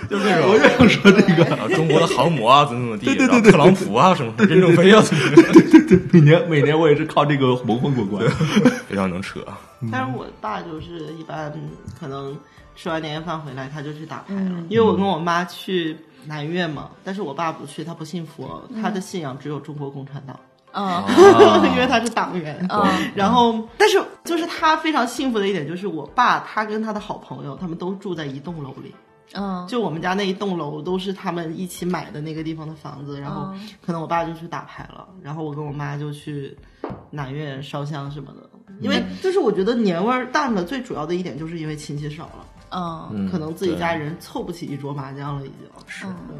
这
我
种
就想说这个。
啊，中国的航母啊，怎么怎么地，
对对对
然后
对
特朗普啊，什么任正非啊，怎么怎么地，
每年每年我也是靠这个蒙混过关。
非常能扯啊。
但是我爸就是一般可能吃完年夜饭回来，他就去打牌了，因为我跟我妈去南岳嘛，但是我爸不去，他不信佛，他的信仰只有中国共产党，
啊
因为他是党员。
啊
然后，但是就是他非常幸福的一点，就是我爸他跟他的好朋友，他们都住在一栋楼里，
嗯，
就我们家那一栋楼都是他们一起买的那个地方的房子，然后
嗯
可能我爸就去打牌了，然后我跟我妈就去南岳烧香什么的。
嗯
因为就是我觉得年味儿淡了，最主要的一点就是因为亲戚少了，
嗯
嗯
可能自己
对
家人凑不起一桌麻将了，已经是对，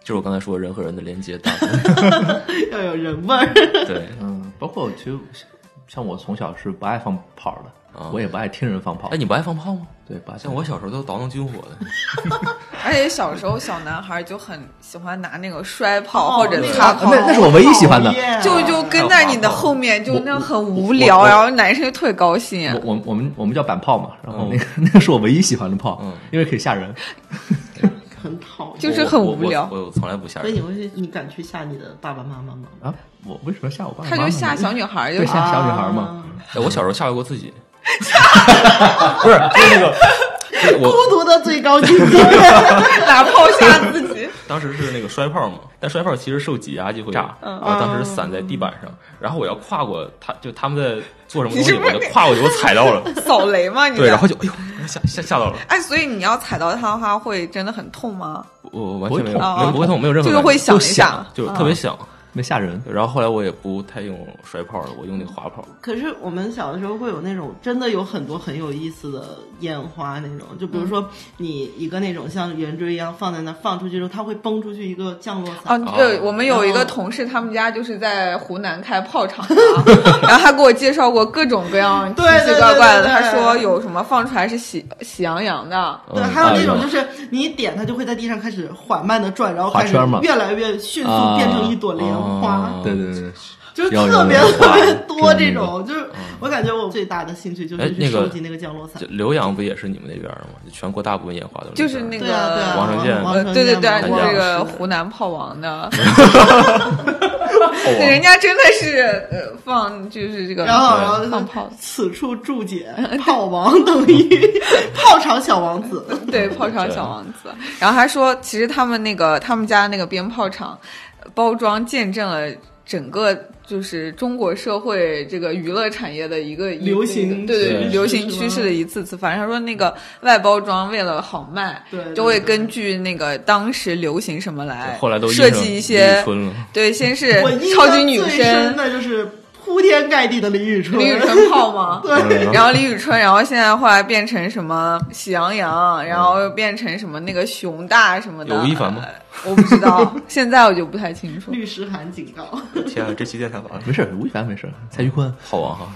就是我刚才说人和人的连接大，
要有人味儿。
对，
嗯，包括其实像我从小是不爱放炮的，
啊
我也不爱听人放炮
哎，。你不爱放炮吗？
对，不爱
像我小时候都倒腾军火的，
而且小时候小男孩就很喜欢拿那个摔
哦
炮或者
那个
擦
那
炮，
啊那是我唯一喜欢的
讨厌啊
就就跟在你的后面，就那很无聊，
我
然后男生就特别高兴。
我我我们我们叫板炮嘛，然后那个、那个是我唯一喜欢的炮，
嗯
因为可以吓人。
很讨厌。
就是很
我我
无聊
我我从来不吓
所以你
人。
会去，你敢去吓你的爸爸妈妈吗？
啊，我为什么吓我爸妈
他
呢？哎
就吓小女孩，就
对吓小女孩嘛
啊。
哎，我小时候吓唬过自 己，不是，就是那个，就是我
孤独的最高境界。
拿炮吓自 己。
当时是那个摔炮嘛，但摔炮其实受挤压就会炸，
嗯
然后当时散在地板上，然后我要跨过他，就他们在做什么东西，
你是不
我
是
就跨过去，我踩到了，
扫雷嘛，你
对，
的
然后就哎呦吓吓吓到了，
哎，所以你要踩到它的话，会真的很痛吗？
哦
我我完全没有，
不会
痛
没有不会
哦
痛，没有任何
就是会
感觉
想一嗯
就
下
想，
就特别响。
没吓人，
然后后来我也不太用摔炮了，我用那个滑炮。
可是我们小的时候会有那种真的有很多很有意思的烟花那种，就比如
嗯
说你一个那种像圆锥一样放在那儿放出去之后，它会蹦出去一个降落
啊，
伞。
哦
对，我们有
哦
一个同事，他们家就是在湖南开炮厂的啊， 然后他给我介绍过各种各样奇
对对
奇怪怪的。
对对
他
对
说有什么放出来是喜喜羊羊的，
对，
嗯
还有那种
哎呦
就是你一点它就会在地上开始缓慢的转，然后
画
开始
圈嘛
越来越迅速
啊
变成一朵莲花，
啊
对对对，
就是
要有
特别
莲花
特别多这
这样
种。就是我感觉我最大的兴趣就
哎
是去
那个
收集那个降落伞
就。浏阳不也是你们那边儿的吗？就全国大部分烟花都
就是
那
那
边儿
对啊，对啊，
个
王成建
王
呃，
成
对对
建
对，
嘛
你
王
这
成
个
是
湖南炮王的，
好玩
对， 人家真的是呃放就是这个，
然后，然后就是
放炮
此处注解：炮王等于炮场小王子。
对炮厂小王子。然后他说，其实他们那个他们家那个鞭炮厂呃包装见证了整个就是中国社会这个娱乐产业的一个一
流行
一对对
趋势
流行
是吗
趋势的一次次。反正他说那个外包装为了好卖，
对对
就会
对
根据那个当时流行什么来，
后来都印
设
上
计一
李
些
宇春 了。
对，先是
我印
超级
象
女
最
生
深。的就是铺天盖地的李宇春。
李宇春泡吗？
对，
嗯
然后李宇春，然后现在后来变成什么喜羊羊，然后又变成什么那个熊大什么的。
有吴亦凡吗
呃？我不知道， 现在我就不太清 楚。
律师函警告。
天啊，这期电台完了，
没事儿，吴亦凡没事儿，蔡徐坤
好玩哈。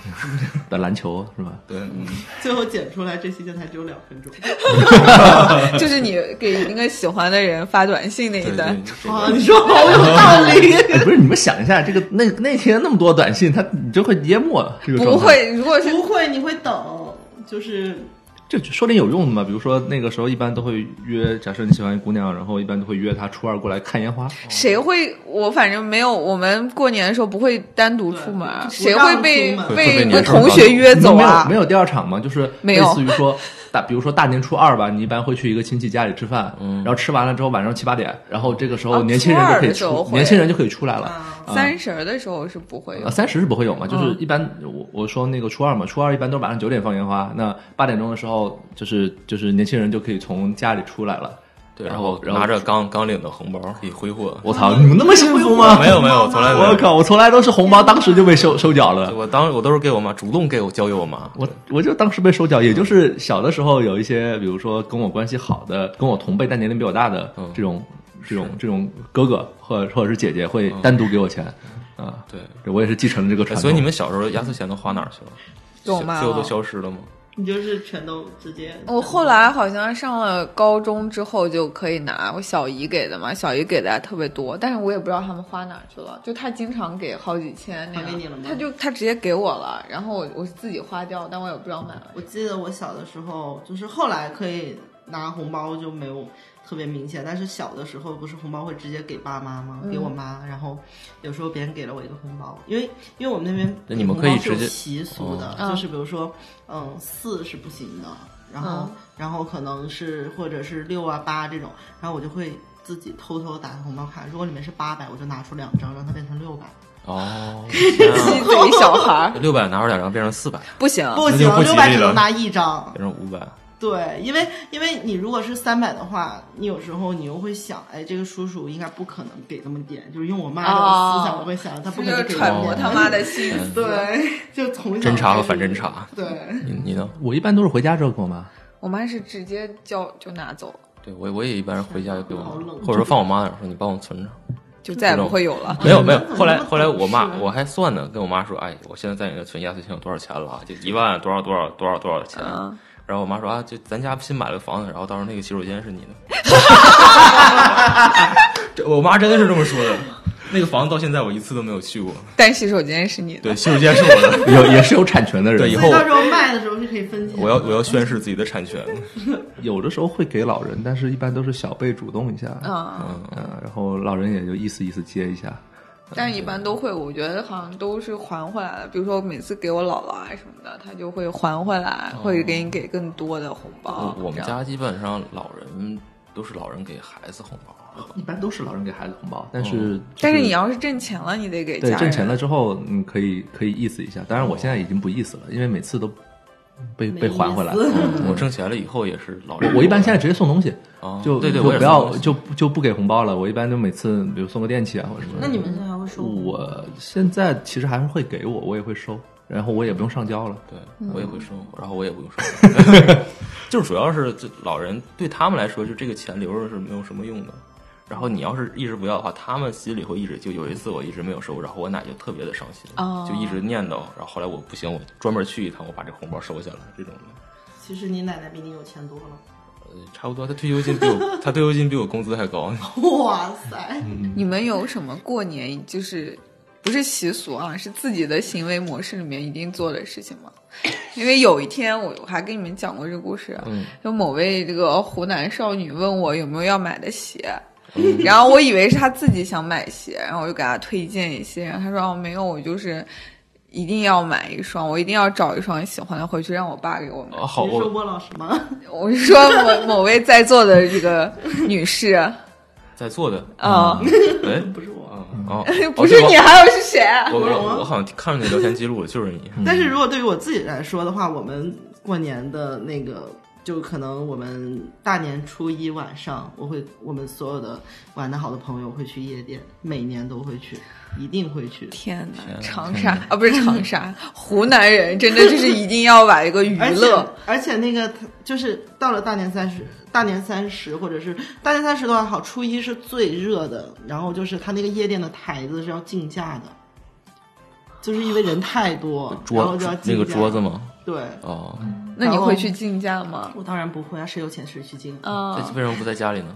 的篮球是吧？
对，嗯
最后剪出来这期电台只有两 分钟。
就是你给那个喜欢的人发短信那
对
一
对
段，，
啊，你说好有道理。
哎，不是，你们想一下，这个那那天那么多短信，他你就会淹没这个状
不
态。
会。如果是
不会，你会等。就是
这说点有用的嘛，比如说那个时候一般都会约，假设你喜欢一姑娘，然后一般都会约她初二过来看烟花。
谁会？我反正没有，我们过年的时候不会单独出门，啊
对
谁
不让
会被
出门
会
被
被
一
年
个
兽
同学约走啊？
没有没有第二场吗？就是
没
类
有
似于说大，比如说大年初二吧，你一般会去一个亲戚家里吃饭，然后吃完了之后晚上七八点，然后这个时
啊
候年轻人就可以
初二的时候
出，
会
年轻人就可以出来了。啊
三十儿的时候是不会有
啊，。三十是不会有嘛，
嗯
就是一般我我说那个初二嘛，初二一般都是晚上九点放烟花，那八点钟的时候，就是就是年轻人就可以从家里出来了。
对，
然
然
后
后
然后
拿着刚刚领的红包一挥霍，
我操，啊你们那么幸福吗？
啊没有没有，从来没
我
有。
靠，我从来都是红包当时就被收收缴了。
我当我都是给我妈主动给我交给我妈，
我我就当时被收缴，也就是小的时候有一些，比如说跟我关系好的，跟我同辈但年龄比我大的
嗯
这种、这种这种哥哥或者或者是姐姐会单独给我钱，啊，
对，
我也是继承了这个传
哎
统。
嗯所以你们小时候压岁钱都花哪儿去了？
给我妈
最后
了
都消失了吗？
你就是全都直接。
我后来好像上了高中之后就可以拿，我小姨给的嘛，小姨给的还特别多，但是我也不知道他们花哪儿去了，就她经常给好几千那
还给你了
样
吗，
她就她直接给我了，然后我我自己花掉，但我也不知道 买了。
我记得我小的时候，就是后来可以拿红包就没有特别明显，但是小的时候不是红包会直接给爸妈吗？给我妈，然后有时候别人给了我一个红包，因为因为我们那边
那你们可以
红包是有
直接
习俗的，
哦
就是比如说嗯四是不行的，然后、
嗯
然后可能是或者是六啊八这种，然后我就会。自己偷偷打开红包看，如果里面是八百，我就拿出两张，让它变成六百。
哦，天
自己
啊
自己小孩儿
六百拿出两张变成四百，
啊不行，
不
那
行
就不，吉
六百
利
只能
了
拿一张。
变成五百，
对，因为因为你如果是三百的话，你有时候你又会想，哎，这个叔叔应该不可能给那么点，就是用我妈这种思想，我会想、他不
这就
可能
是
给
揣
那么
摩
点。
他妈 的心
嗯
思。
对， 就从小
侦查和
开始
反侦。查。
对，
你你呢？
我一般都是回家之后跟我妈，
我妈是直接交就拿走了，
对我我也一般是回家就给我
好
妈
冷，
或者说放我妈那儿说你帮我存着。
就再也不会有了。
没有没有
怎么，
后来
那么
后来我妈
懂事
我还算呢，跟我妈说，哎，我现在在你这存压岁钱有多少钱了啊？就一万多少多少多少多少钱。
嗯
然后我妈说啊，就咱家新买了个房子，然后到时候那个洗手间是你的。 这我妈真的是这么说的。那个房子到现在我一次都没有去过。
但洗手间是你的，
对，洗手间是我的。
有也是有产权的人，
对以后
所以到时候卖的时候是可以分钱。
我要我要宣誓自己的产权。
有的时候会给老人，但是一般都是小辈主动一下，
嗯，
嗯，
嗯、然后老人也就意思意思接一下。
但是一般都会，我觉得好像都是还回来的。比如说我每次给我姥姥啊什么的，她就会还回来，会给你给更多的红包
我。我们
哦这样
家基本上老人都是老人给孩子红包。
一般都是老人给孩子红包，但是、
但是你要是挣钱了，你得给家
对
人。
嗯挣钱了之后，你可以可以意思一下。当然，我现在已经不意思了，因为每次都被
没
被还回来。
意思
嗯
我挣钱了以后也是老
我
人给的。
我一般现在直接送东西，
哦
就
对对，
就
我也
不
是
要就不就不给红包了。我一般就每次比如送个电器啊或者什么的。
那你们现在还会收？
嗯
我现在其实还是会给我，我也会收，然后我也不用上交了。
对，我也会收，然后我也不用收， 就是主要是这老人对他们来说，就这个钱留着是没有什么用的。然后你要是一直不要的话，他们心里会一直就有一次我一直没有收，然后我奶就特别的伤心，
哦
就一直念叨。然后后来我不行，我专门去一趟，我把这红包收下来，这种的。
其实你奶奶比你有钱多了。
呃，差不多，他退休金比我他退休金比我工资还高。
哇塞！
你们有什么过年就是不是习俗啊，是自己的行为模式里面一定做的事情 吗？因为有一天我我还跟你们讲过这故事，
嗯，
就某位这个湖南少女问我有没有要买的鞋，
嗯
然后我以为是她自己想买鞋，然后我就给她推荐一些，然后她说哦没有，我就是一定要买一双，我一定要找一双喜欢的回去让我爸给我买。
啊，好，
你是说
我
郭老师吗？
我是说某某位在座的这个 女士，
在座 的，
啊，，
哎，
不是我。
嗯哦
不是你，
哦
还有是谁啊？
对我我我我好像看着你聊天记录了，就是你。
但是如果对于我自己来说的话，我们过年的那个，就可能我们大年初一晚上，我会我们所有的玩的好的朋友会去夜店，每年都会去，一定会去。
天哪，长沙啊，不是长沙， 湖南人真的就是一定要把一个娱
而且
乐，
而且那个就是到了大年三十，大年三十或者是大年三十的话好，初一是最热的，然后就是他那个夜店的台子是要竞价的，就是因为人太多，然后
桌
就要
那
竞
个
价
桌子吗？
对。
哦，
那你会去竞价吗？
我当然不会啊，谁有钱谁去竞啊
啊、
那为什么不在家里呢？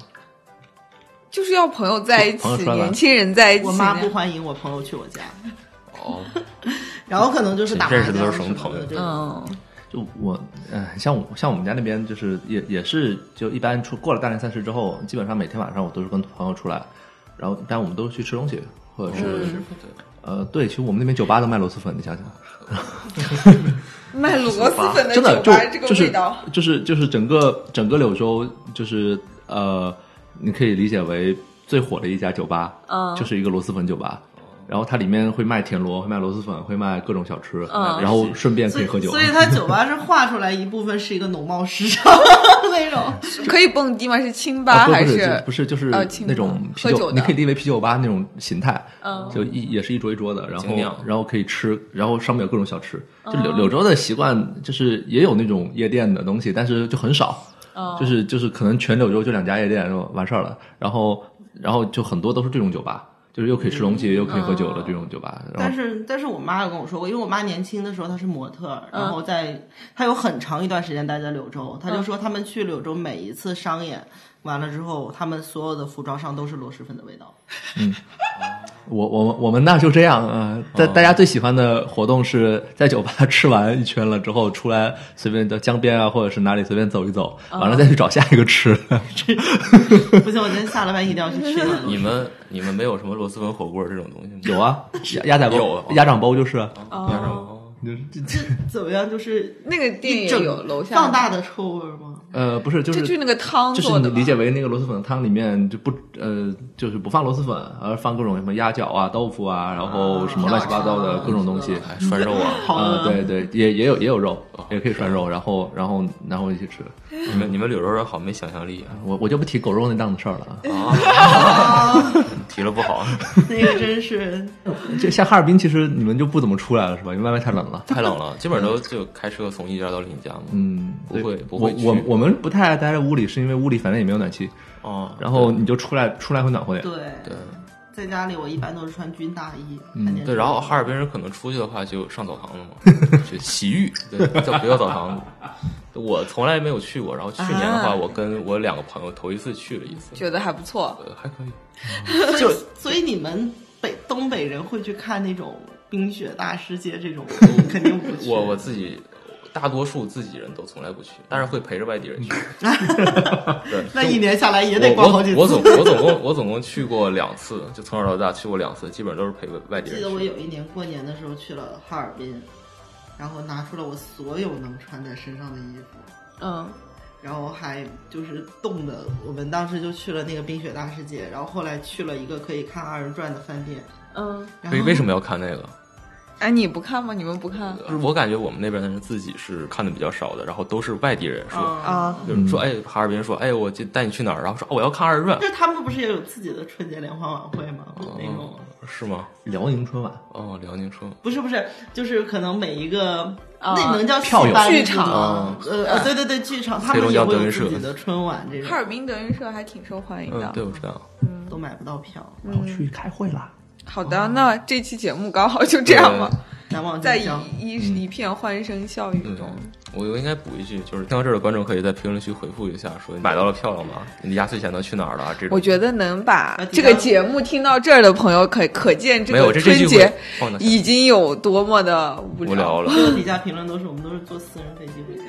就是要朋友在一起
朋友，出来玩
年轻人在一起。
我妈不欢迎我朋 友去我家，
哦，
然后可能就是打麻将
认识的都是什么朋友
的这种
嗯，
就就我，呃，像我像我们家那边就是也也是就一般出过了大年三十之后，基本上每天晚上我都是跟朋友出来，然后一般我们都是去吃东西，或者是、
嗯
呃对，其实我们那边酒吧都卖螺蛳粉，你想想，
卖螺蛳粉
真的
酒
就
吧这个
就是
味道，
就是就是整个整个柳州就是呃，你可以理解为最火的一家酒吧，
嗯
就是一个螺蛳粉酒吧。然后它里面会卖田螺，会卖螺蛳粉，会卖各种小吃，
嗯
然后顺便可
所
以
以
喝酒。
所以它酒吧是画出来一部分是一个农贸市 场那种。
可以蹦迪吗？是清吧、
啊，不
还
不是不是就是
呃清
那种
吧
啤
喝
酒，
酒
你
的？
可以理解为啤酒吧那种形态，
嗯
就一也是一桌一桌的，然后
精酿
然后可以吃，然后上面有各种小吃。就柳
嗯
柳州的习惯就是也有那种夜店的东西，但是就很少，
嗯
就是就是可能全柳州就两家夜店就完事儿了，然后然后就很多都是这种酒吧，就是又可以吃
嗯
东西又可以喝酒的这种酒吧，然
但
后
是但是我妈有跟我说过，因为我妈年轻的时候她是模特儿，
嗯
然后在她有很长一段时间待在柳州，她就说他们去柳州每一次商演完了之后，他们所有的服装上都是螺蛳粉的味道。
我我们我们那就这样啊，大、大家最喜欢的活动是在酒吧 吃完一圈了之后出来随便到江边啊或者是哪里随便走一走，完了再去找下一个吃。
不行，我今天下了班一定要去吃一 碗螺蛳 粉。
你们你们没有什么螺蛳粉火锅这种东西吗？
有啊， 鸭鸭仔
有啊
包、鸭掌包就是啊，
哦，
这怎么样？就是
那个店
一
也
整
有楼下
放大
的，
的臭味儿吗？
呃，不是，就
这就是那个汤
就
做
是
的
你
吧
理解为那个螺蛳粉汤里面就不呃，就是不放螺蛳粉，而放各种什么鸭脚啊、豆腐啊，然后什么乱七八糟的各种东西。
哎，涮肉啊！
好
啊、
饿
对对，也也有也有肉，也可以涮肉，然后然后然后一起吃。
你们你们柳州人好没想象力啊！
我我就不提狗肉那档子事儿了啊。
提了不好，啊
那个真是
这像哈尔滨，其实你们就不怎么出来了是吧？因为外面太冷了。
太冷了，基本上都就开车从一家到另一家嘛。
嗯，
不
对
会不
我
会去
我我们不太爱待在屋里，是因为屋里反正也没有暖气，
哦，
然后你就出来出来会暖和点。
对。
对
在家里我一般都是穿军大衣，
嗯
看电视
对，然后哈尔滨人可能出去的话就上澡堂了嘛，就洗浴，对，叫不叫澡堂？我从来没有去过，然后去年的话，
啊
我跟我两个朋友头一次去了一次，
觉得还不错。
呃，还可以。
所以所以你们北东北人会去看那种冰雪大世界这种， 肯定不去。
我我自己大多数自己人都从来不去，但是会陪着外地人 去。对，
那一年下来也得
我
逛好几
我
次。
我总我总共我总共去过两次，就从小到大去过两次，基本上都是陪外地
记
人
得我
去。
有一年过年的时候去了哈尔滨，然后拿出了我所有能穿在身上的衣服，
嗯，
然后还就是冻的。我们当时就去了那个冰雪大世界，然后后来去了一个可以看二人转的饭店。
嗯，
然后
为为什么要看那个？
哎，你不看吗？你们不看
就是我感觉我们那边的人自己是看的比较少的，然后都是外地人说，
啊？
啊？
就是说，哎，哈尔滨说，哎，我就带你去哪儿，然后说、哦我要看二人转，
就是他们不是也有自己的春节联欢晚会吗？
嗯
那种。
哦，是吗？
辽宁春晚，
哦，辽宁春，
不是不是，就是可能每一个。
啊
那能叫
票友
戏班
剧场
吗呃呃，对对对，剧场，他
黑
们
龙
也
江
会
德
有
云社
自己的春晚这种
哈，尔滨德云社还挺受欢迎的
嗯，。对，我知道。
都买不到票，
我要去开会啦。
嗯
好
哦
的，那这期节目刚好就这样吧，
难忘
在
今
一
宵。
一一片欢声笑语
对
中。，
我应该补一句，就是听到这儿的观众可以在评论区回复一下，说你买到了票了吗？你压岁钱都去哪儿了啊？这种
我觉得能把
那
这
第二
个节目听到这儿的朋友可，可见这
没有，
个
这这
春
句
节
会放在
已经有多么的无
无聊
聊。
了。
这个底下评论都是我们都是坐私人飞机回家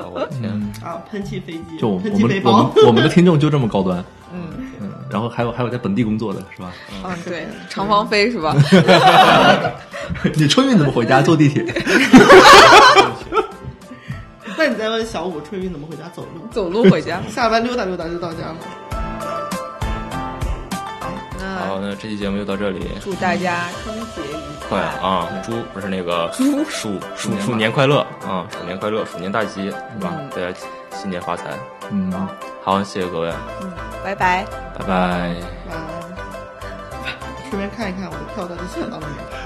啊我的天，
啊，喷气飞机，
就我
喷
们
气
我
背
们
包，
我们的听众就这么高端，
嗯
嗯，然后还有还有在本地工作的是 吧？
嗯，对，长方飞是吧？
你春运怎么回家？坐地铁？
那你再问小五春运怎么回家走路？
走路 回家。
下班溜达溜达就到家了。
那
好，那这期节目就到这里，
祝大家春节愉
快啊！猪不是那个鼠鼠鼠鼠年快乐啊！鼠年快乐，鼠年大吉，是吧？
嗯
大家新年发财。
嗯，
好，谢谢各位，
拜拜。
拜拜。
啊晚安。顺便看一看我的票到底选到了没。